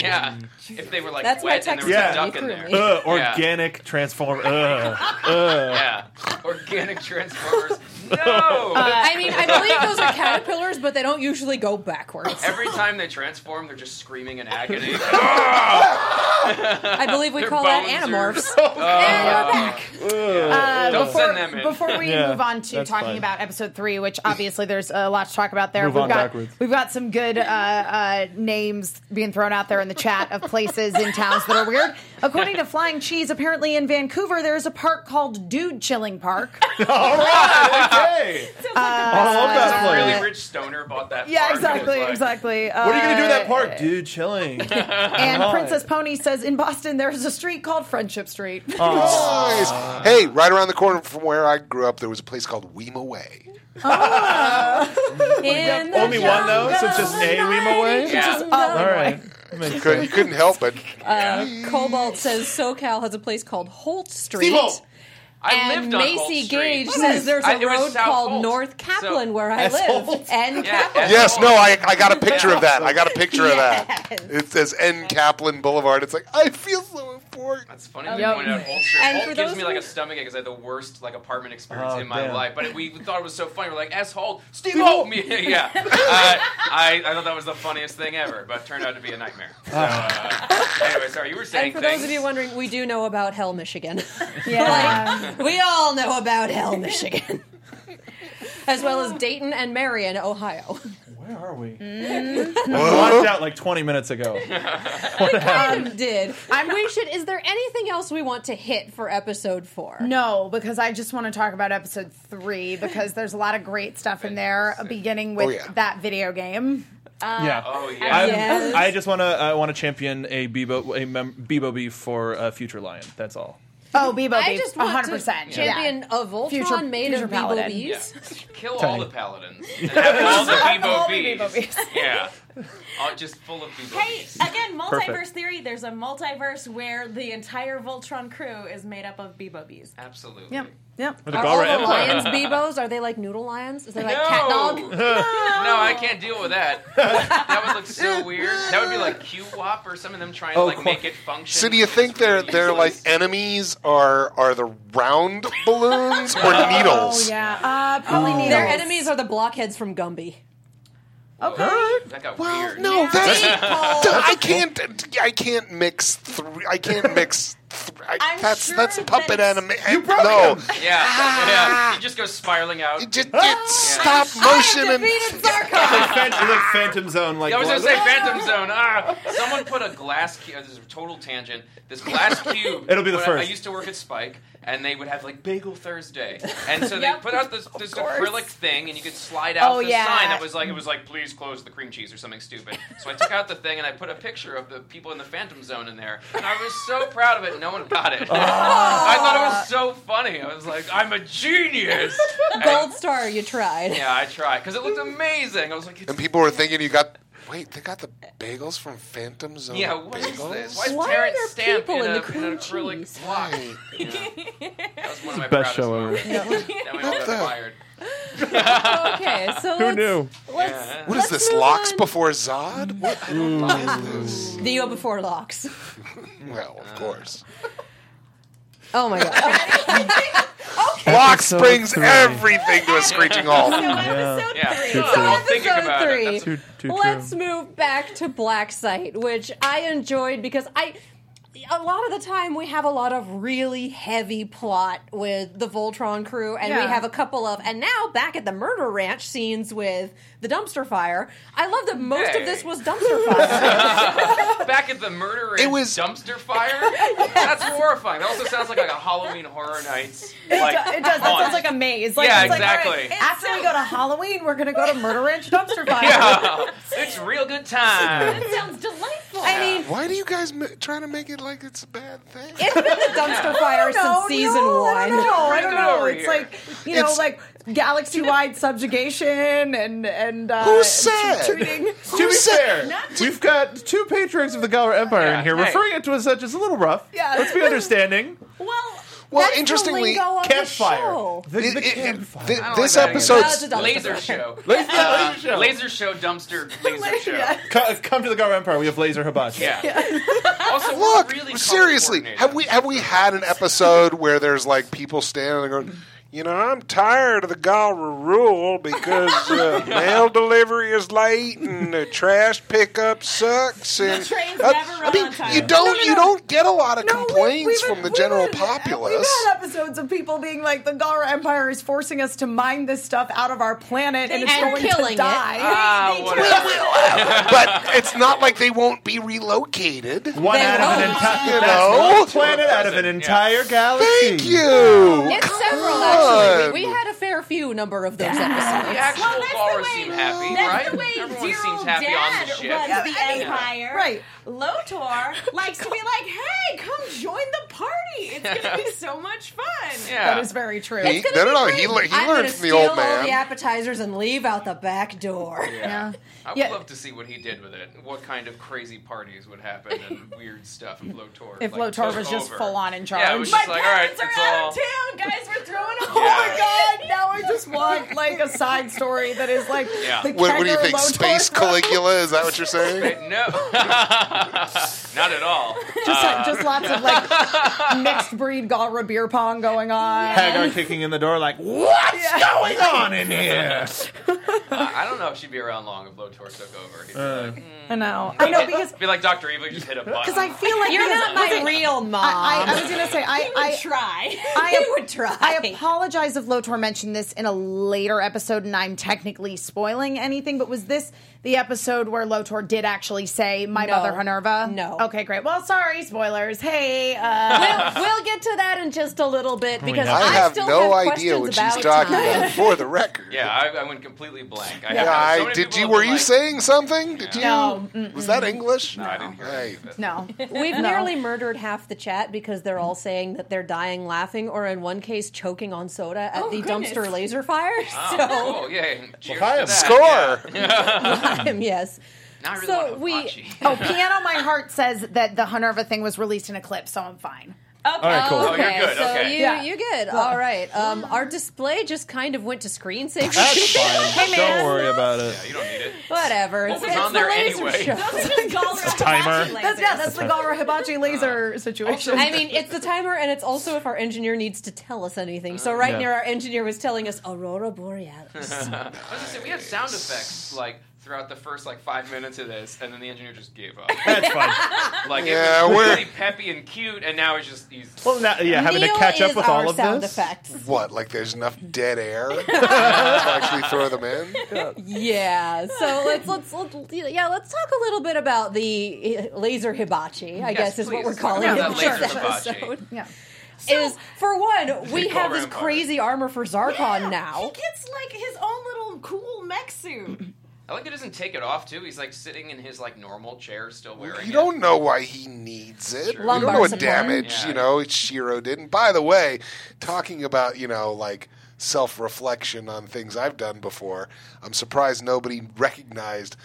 Speaker 6: Yeah, if they were like
Speaker 1: That's my
Speaker 6: wet and there was
Speaker 5: text-
Speaker 6: a duck in
Speaker 1: Yeah.
Speaker 6: there.
Speaker 1: Yeah.
Speaker 5: Uh, Ugh, organic transform. Ugh.
Speaker 6: Yeah, organic transformers. No.
Speaker 1: I mean, I believe those are caterpillars, but they don't usually go backwards.
Speaker 6: Every time they transform, they're just screaming in agony. Ah,
Speaker 1: I believe we
Speaker 6: Their
Speaker 1: call that
Speaker 6: bones are-
Speaker 1: anamorphs. and we're back.
Speaker 3: Uh,
Speaker 6: Don't
Speaker 3: before,
Speaker 6: send them in.
Speaker 3: before we
Speaker 5: Yeah,
Speaker 3: move on to
Speaker 5: that's
Speaker 3: talking
Speaker 5: fine.
Speaker 3: about episode three, which obviously there's a lot to talk about there.
Speaker 5: Move
Speaker 3: we've
Speaker 5: on
Speaker 3: got
Speaker 5: backwards.
Speaker 3: we've got some good uh, uh, names being thrown out there in the chat of places in towns that are weird. According to Flying Cheese, apparently in Vancouver there is a park called Dude Chilling Park.
Speaker 5: All right, okay. Oh, I love that
Speaker 6: Some
Speaker 5: place.
Speaker 6: really rich stoner bought that.
Speaker 3: Yeah,
Speaker 6: farm and was
Speaker 3: exactly,
Speaker 6: like,
Speaker 3: exactly. Uh,
Speaker 5: What are you gonna do in that park, dude? Chilling.
Speaker 3: And
Speaker 5: Right.
Speaker 3: Princess Pony says in Boston there's a street called Friendship Street.
Speaker 4: Nice. Hey, right around the corner from where I grew up, there was a place called Weem Way.
Speaker 1: In the
Speaker 5: Only one though, so it's just
Speaker 1: jungle
Speaker 5: a Weem away.
Speaker 6: Yeah.
Speaker 1: Just all
Speaker 5: All right. Makes
Speaker 4: Could,
Speaker 5: sense.
Speaker 4: you couldn't help but
Speaker 1: Cobalt says SoCal has a place called Holt Street.
Speaker 6: Steve Holt. I
Speaker 1: And
Speaker 6: lived on Holt
Speaker 1: Macy
Speaker 6: Street.
Speaker 1: Gage
Speaker 6: What
Speaker 1: says
Speaker 6: is-
Speaker 1: there's a
Speaker 6: I- it was
Speaker 1: road
Speaker 6: South
Speaker 1: called
Speaker 6: Holt.
Speaker 1: North Kaplan
Speaker 6: So-
Speaker 1: where I
Speaker 5: That's
Speaker 1: live.
Speaker 5: Holt.
Speaker 1: And
Speaker 6: Yeah,
Speaker 1: Kaplan.
Speaker 6: and
Speaker 4: Yes,
Speaker 6: Holt.
Speaker 4: no, I, I got a picture of that. I got a picture of that. It says N. Kaplan Boulevard. It's like, I feel so important.
Speaker 6: It's funny that you
Speaker 3: Yep.
Speaker 6: pointed out Holt Street.
Speaker 1: And
Speaker 6: Holt
Speaker 1: for
Speaker 6: gives
Speaker 1: those
Speaker 6: me like a
Speaker 1: who-
Speaker 6: stomach ache because I had the worst like apartment experience
Speaker 5: Oh,
Speaker 6: in my
Speaker 5: damn.
Speaker 6: life. But we thought it was so funny. We're like, S Holt, Steve Holt. yeah, Uh, I, I thought that was the funniest thing ever, but it turned out to be a nightmare. So, uh,
Speaker 5: Ah.
Speaker 6: anyway, sorry, you were saying
Speaker 1: And for
Speaker 6: things.
Speaker 1: those of you wondering, we do know about Hell, Michigan.
Speaker 3: Yeah.
Speaker 1: we all know about Hell, Michigan. As well as Dayton and Marion, Ohio.
Speaker 5: Where are we? I walked out like 20 minutes ago.
Speaker 1: Kind of did. we should. Is there anything else we want to hit for episode four?
Speaker 3: No, because I just want to talk about episode three because there's a lot of great stuff in there, beginning with
Speaker 4: Oh, yeah.
Speaker 3: that video game.
Speaker 5: yeah.
Speaker 6: Oh
Speaker 5: I,
Speaker 6: yeah.
Speaker 1: Yes.
Speaker 5: I just want to I want to champion a Bebo a mem- Bebo Bee for uh, future lion. That's all.
Speaker 3: Oh, Bebo,
Speaker 1: I
Speaker 3: Beep,
Speaker 1: just want
Speaker 3: 100%.
Speaker 1: to
Speaker 3: yeah.
Speaker 1: champion a Voltron
Speaker 3: Future-
Speaker 1: made
Speaker 3: future
Speaker 1: of
Speaker 3: paladin.
Speaker 6: Yeah.
Speaker 1: Beebles.
Speaker 6: Kill all
Speaker 5: Tiny.
Speaker 6: the paladins. And have all the
Speaker 3: All
Speaker 6: Bebo
Speaker 3: the Bebo
Speaker 6: bees.
Speaker 3: Bees.
Speaker 6: Yeah. All just full of Bebo
Speaker 7: Hey,
Speaker 6: bees.
Speaker 7: again, multiverse
Speaker 5: Perfect.
Speaker 7: theory. There's a multiverse where the entire Voltron crew is made up of Bebo bees.
Speaker 6: Absolutely.
Speaker 3: Yep. Yep.
Speaker 5: The
Speaker 1: Are all
Speaker 5: Gaara
Speaker 1: the
Speaker 5: Empire.
Speaker 1: lions Beebos? Are they like noodle lions? Is they like
Speaker 6: no.
Speaker 1: cat dog?
Speaker 6: No, I can't deal with that. that would look so weird. That would be like Q Wop or some of them trying
Speaker 5: Oh,
Speaker 6: to like
Speaker 5: qu-
Speaker 6: make it function.
Speaker 4: So do you think
Speaker 6: It's really
Speaker 4: they're they're like
Speaker 6: useless.
Speaker 4: enemies are are the round balloons or
Speaker 3: Oh,
Speaker 4: needles?
Speaker 3: yeah. Uh, probably needles.
Speaker 1: Their enemies are the blockheads from Gumby.
Speaker 6: That got
Speaker 4: Well,
Speaker 6: weird.
Speaker 4: no, that's,
Speaker 1: People.
Speaker 4: I can't I can't mix three I can't mix three, I,
Speaker 7: I'm
Speaker 4: that's
Speaker 7: sure
Speaker 4: that's
Speaker 7: that
Speaker 4: puppet
Speaker 7: it's-
Speaker 4: anime. No.
Speaker 6: Yeah, yeah. You just go spiraling out.
Speaker 4: It Ah! just it stop motion and
Speaker 5: Like, Phan- like Phantom Zone. Like
Speaker 6: I was gonna
Speaker 5: blood.
Speaker 6: say Phantom Zone. Ah, someone put a glass. Cu- this is a total tangent. This glass cube.
Speaker 5: It'll be the
Speaker 6: when I- I
Speaker 5: first.
Speaker 6: used to work at Spike, and they would have like Bagel Thursday, and so they
Speaker 7: Yep.
Speaker 6: put out this, this
Speaker 3: course.
Speaker 6: acrylic thing, and you could slide out
Speaker 3: Oh,
Speaker 6: this
Speaker 3: yeah.
Speaker 6: sign that was like it was like please close the cream cheese or something stupid. So I took out the thing and I put a picture of the people in the Phantom Zone in there, and I was so proud of it. No one got it.
Speaker 5: Ah.
Speaker 6: I thought it was so funny. I was like, I'm a genius.
Speaker 1: Gold Star, you tried.
Speaker 6: Yeah, I tried because it looked amazing. I was like, it's
Speaker 4: and people were thinking you got wait, they got the bagels from Phantom Zone.
Speaker 6: Yeah, what is
Speaker 4: bagels?
Speaker 6: this? Why is
Speaker 1: Why are
Speaker 6: Terrence
Speaker 1: there
Speaker 6: Stamp
Speaker 1: people
Speaker 6: in,
Speaker 1: in
Speaker 6: a,
Speaker 1: the cream
Speaker 6: an acrylic
Speaker 1: cheese?
Speaker 6: block? You know, that was one of my
Speaker 5: Best
Speaker 6: proudest
Speaker 5: show ever.
Speaker 6: moments. That we all got fired.
Speaker 1: Okay, so
Speaker 5: Who
Speaker 1: let's-
Speaker 5: knew?
Speaker 6: Yeah.
Speaker 4: What is
Speaker 1: Let's
Speaker 4: this?
Speaker 1: move
Speaker 4: Locks
Speaker 1: on.
Speaker 4: before Zod? What? I don't
Speaker 5: Mm.
Speaker 4: like this.
Speaker 1: The year before locks.
Speaker 4: Well,
Speaker 6: Uh,
Speaker 4: of course.
Speaker 1: Oh my god.
Speaker 4: Locks
Speaker 5: Episode
Speaker 4: brings
Speaker 5: three.
Speaker 4: everything to a screeching halt.
Speaker 7: Episode
Speaker 6: Yeah.
Speaker 7: three.
Speaker 5: Good
Speaker 6: So I'm all
Speaker 5: for
Speaker 6: thinking
Speaker 1: Episode
Speaker 6: about
Speaker 1: three.
Speaker 6: it. That's-
Speaker 5: Too, too
Speaker 1: Let's
Speaker 5: true.
Speaker 1: move back to Black Site, which I enjoyed because I. A lot of the time, we have a lot of really heavy plot with the Voltron crew, and we
Speaker 3: Yeah.
Speaker 1: have a couple of, and now back at the murder ranch scenes with the dumpster fire. I love that most
Speaker 6: Hey.
Speaker 1: of this was dumpster fire.
Speaker 6: Back at the murder
Speaker 4: It
Speaker 6: and
Speaker 4: was-
Speaker 6: dumpster fire. That's horrifying. That also sounds like, like a Halloween Horror Nights. Like,
Speaker 3: It does. That
Speaker 6: haunt.
Speaker 3: sounds like a maze. Like,
Speaker 6: Yeah,
Speaker 3: it's like, all right,
Speaker 6: exactly.
Speaker 3: after we go to Halloween, we're going to go to Murder Ranch Dumpster Fire.
Speaker 6: Yeah. it's real good time.
Speaker 7: That sounds delightful.
Speaker 1: I mean,
Speaker 4: Why do you guys m- trying to make it like it's a bad thing?
Speaker 1: it's been a dumpster fire
Speaker 3: No,
Speaker 1: since season
Speaker 3: no,
Speaker 1: one.
Speaker 3: I don't know. I don't
Speaker 6: Bring it
Speaker 3: know.
Speaker 6: over
Speaker 3: It's
Speaker 6: here.
Speaker 3: like you know,
Speaker 4: It's-
Speaker 3: like galaxy-wide subjugation and and uh,
Speaker 4: Who said?
Speaker 3: treating.
Speaker 5: To be
Speaker 4: said-
Speaker 5: fair, we've got two patriarchs of the Galar Empire
Speaker 6: Yeah,
Speaker 5: in here.
Speaker 6: hey.
Speaker 5: Referring it to as such is a little rough.
Speaker 3: Yeah.
Speaker 5: Let's be understanding.
Speaker 7: well,
Speaker 4: Well,
Speaker 1: That is the
Speaker 4: interestingly,
Speaker 1: lingo of the
Speaker 5: Campfire.
Speaker 1: show.
Speaker 5: The,
Speaker 4: it-
Speaker 5: the
Speaker 4: it- it-
Speaker 5: campfire.
Speaker 4: thi-
Speaker 6: I don't
Speaker 4: this
Speaker 6: like that
Speaker 4: episode,
Speaker 1: either. That's a
Speaker 6: laser show.
Speaker 5: Laser-
Speaker 6: Uh,
Speaker 5: laser show.
Speaker 6: laser show, dumpster, laser show. Yeah.
Speaker 5: Co- Come to the Galar Empire. We have laser hibachi.
Speaker 6: Also, we're
Speaker 4: look
Speaker 6: really color
Speaker 4: seriously,
Speaker 6: coordinated.
Speaker 4: have we have we had an episode where there's like people standing there going, You know, I'm tired of the Galra rule because uh, mail delivery is late and the trash pickup sucks. And
Speaker 7: trains
Speaker 4: Uh,
Speaker 7: never
Speaker 4: I
Speaker 7: run
Speaker 4: mean,
Speaker 7: on time.
Speaker 4: you
Speaker 7: No,
Speaker 4: don't you don't get a lot of complaints from the general
Speaker 7: uh,
Speaker 3: We've
Speaker 4: populace.
Speaker 3: had episodes of people being like, the Dara Empire is forcing us to mine this stuff out of our planet and it's
Speaker 1: And
Speaker 3: going
Speaker 1: killing
Speaker 3: to
Speaker 1: it.
Speaker 3: die.
Speaker 6: Ah, whatever.
Speaker 4: but it's not like they won't be relocated.
Speaker 5: One
Speaker 1: They
Speaker 5: out of an
Speaker 1: won't.
Speaker 5: entire
Speaker 4: You know?
Speaker 5: planet out of an
Speaker 6: Yeah.
Speaker 5: entire galaxy.
Speaker 4: Thank you.
Speaker 1: It's
Speaker 4: Come
Speaker 1: several,
Speaker 4: on.
Speaker 1: actually. We, we had a fair few number of those
Speaker 6: The
Speaker 1: episodes.
Speaker 6: actual
Speaker 7: Well, that's the
Speaker 6: Gauras
Speaker 7: way-
Speaker 6: seem happy,
Speaker 7: That's
Speaker 6: right?
Speaker 7: the way
Speaker 6: Everyone
Speaker 7: Zero
Speaker 6: seems happy on
Speaker 7: Dad
Speaker 6: the ship.
Speaker 7: runs the
Speaker 3: Yeah, I mean,
Speaker 7: Empire.
Speaker 3: right.
Speaker 7: Lotor likes to be like, hey, come join the party. It's going to be so much fun.
Speaker 6: Yeah.
Speaker 3: That is very true.
Speaker 4: He- no, no, no. He, le- he
Speaker 1: I'm gonna
Speaker 4: learned from the
Speaker 1: steal
Speaker 4: old
Speaker 1: all the
Speaker 4: man.
Speaker 1: appetizers and leave out the back door.
Speaker 3: Yeah.
Speaker 6: I would
Speaker 3: Yeah.
Speaker 6: love to see what he did with it. What kind of crazy parties would happen and weird stuff if Lotor
Speaker 3: If
Speaker 6: like,
Speaker 3: Lotor
Speaker 6: took
Speaker 3: was just
Speaker 6: over.
Speaker 3: full on in
Speaker 6: Yeah, it was
Speaker 3: charge.
Speaker 7: My
Speaker 6: just like all right,
Speaker 7: parents
Speaker 6: it's
Speaker 7: are out
Speaker 6: all.
Speaker 7: of town, guys. We're throwing a
Speaker 3: Oh my
Speaker 6: Yeah.
Speaker 3: god! Now I just want like a side story that is like
Speaker 6: Yeah.
Speaker 3: the
Speaker 4: What, what do you
Speaker 3: Kegger
Speaker 4: think?
Speaker 3: Lotor
Speaker 4: Space
Speaker 3: story.
Speaker 4: Caligula? Is that what you're saying?
Speaker 6: Wait, no, not at all.
Speaker 3: Just, just lots of like mixed breed Galra beer pong going on.
Speaker 5: Hagar kicking in the door like, what's going on in here?
Speaker 6: Uh, I don't know if she'd be around long if Lotor took over. He'd be
Speaker 5: Uh.
Speaker 6: like,
Speaker 3: I know. I know
Speaker 6: "Hit-"
Speaker 3: because
Speaker 6: be like Doctor Evil, just hit a button.
Speaker 3: because I feel like
Speaker 1: You're
Speaker 3: because-
Speaker 1: not my
Speaker 3: because
Speaker 1: real mom.
Speaker 3: I, I, I was gonna say I
Speaker 7: I
Speaker 3: I.
Speaker 7: try.
Speaker 3: I
Speaker 1: He would try.
Speaker 3: I apologize if Lotor mentioned this in a later episode and I'm technically spoiling anything, but was this the episode where Lotor did actually say, My
Speaker 1: No.
Speaker 3: mother Hanerva?
Speaker 1: No.
Speaker 3: Okay, great. Well, sorry, spoilers. Hey, uh,
Speaker 1: we'll, we'll get to that in just a little bit because
Speaker 5: yeah.
Speaker 1: I,
Speaker 4: Oh I have
Speaker 1: still
Speaker 4: no
Speaker 1: have
Speaker 4: idea what
Speaker 1: questions
Speaker 4: she's
Speaker 1: about
Speaker 4: talking
Speaker 1: time.
Speaker 4: about for the record.
Speaker 6: yeah, I, I went completely blank. I,
Speaker 4: Yeah,
Speaker 6: I,
Speaker 4: I,
Speaker 6: so many
Speaker 4: did
Speaker 6: people
Speaker 4: you
Speaker 6: have been
Speaker 4: were you
Speaker 6: like,
Speaker 4: saying something? Did you?
Speaker 3: No,
Speaker 4: Was that English?
Speaker 6: No, I didn't hear any of it.
Speaker 3: no.
Speaker 1: We've nearly murdered half the chat because they're all saying that they're dying laughing, or in one case, choking on soda at
Speaker 7: Oh,
Speaker 1: the
Speaker 7: goodness.
Speaker 1: dumpster laser fire.
Speaker 6: Oh, cool. yeah, yeah. Cheers
Speaker 5: Well,
Speaker 6: to that.
Speaker 4: Score.
Speaker 1: So, um, yes.
Speaker 6: Now I really
Speaker 1: So
Speaker 6: want
Speaker 1: we-
Speaker 6: hibachi.
Speaker 3: Oh, Piano My Heart says that the Hanerva thing was released in Eclipse, so I'm fine.
Speaker 5: All right, cool.
Speaker 6: Oh, you're good,
Speaker 1: so
Speaker 6: okay.
Speaker 1: you
Speaker 3: Yeah.
Speaker 1: you good? All right. Um, our display just kind of went to screensaver.
Speaker 5: That's fine.
Speaker 3: Hey, man.
Speaker 5: Don't worry about it.
Speaker 6: Yeah, you don't need it.
Speaker 1: Whatever.
Speaker 6: What
Speaker 1: It's,
Speaker 6: was
Speaker 1: it's
Speaker 6: on
Speaker 1: the
Speaker 6: there
Speaker 1: laser
Speaker 6: anyway?
Speaker 1: show.
Speaker 7: Those are just Galra
Speaker 5: timer.
Speaker 7: hibachi
Speaker 3: That's, yeah, that's the Galra Hibachi
Speaker 6: Uh,
Speaker 3: laser situation.
Speaker 1: I mean, it's the timer, and it's also if our engineer needs to tell us anything. So right
Speaker 5: Yeah.
Speaker 1: near our engineer was telling us Aurora Borealis.
Speaker 6: I was gonna say we had sound effects like throughout the first like five minutes of this, and then the engineer just gave up.
Speaker 5: That's fine.
Speaker 6: Like
Speaker 4: Yeah,
Speaker 6: it was
Speaker 4: we're-
Speaker 6: really peppy and cute, and now it's just he's.
Speaker 5: Well, now, yeah, having
Speaker 1: Neil
Speaker 5: to catch up
Speaker 1: is
Speaker 5: with
Speaker 1: our
Speaker 5: all of
Speaker 1: sound
Speaker 5: this.
Speaker 1: effects.
Speaker 4: What? Like there's enough dead air to actually throw them in?
Speaker 1: Yeah. So let's, let's let's yeah let's talk a little bit about the uh, laser hibachi. I guess is what
Speaker 6: please.
Speaker 1: we're calling
Speaker 6: Yeah,
Speaker 1: it.
Speaker 6: that
Speaker 1: in
Speaker 6: laser
Speaker 1: this
Speaker 6: hibachi.
Speaker 1: episode.
Speaker 3: yeah.
Speaker 1: is for one, we
Speaker 6: Big
Speaker 1: have this
Speaker 6: Empire.
Speaker 1: crazy armor for Zarkon
Speaker 7: He
Speaker 1: now.
Speaker 7: gets like his own little cool mech suit.
Speaker 6: I like he doesn't take it off too. He's like sitting in his like normal chair, still wearing.
Speaker 4: You
Speaker 6: it.
Speaker 4: don't know why he needs it. You
Speaker 6: Sure.
Speaker 4: don't know
Speaker 1: Lumbar
Speaker 4: what
Speaker 1: support.
Speaker 4: damage,
Speaker 6: Yeah.
Speaker 4: you know, Shiro did. And by the way, talking about, you know, like self reflection on things I've done before, I'm surprised nobody recognized.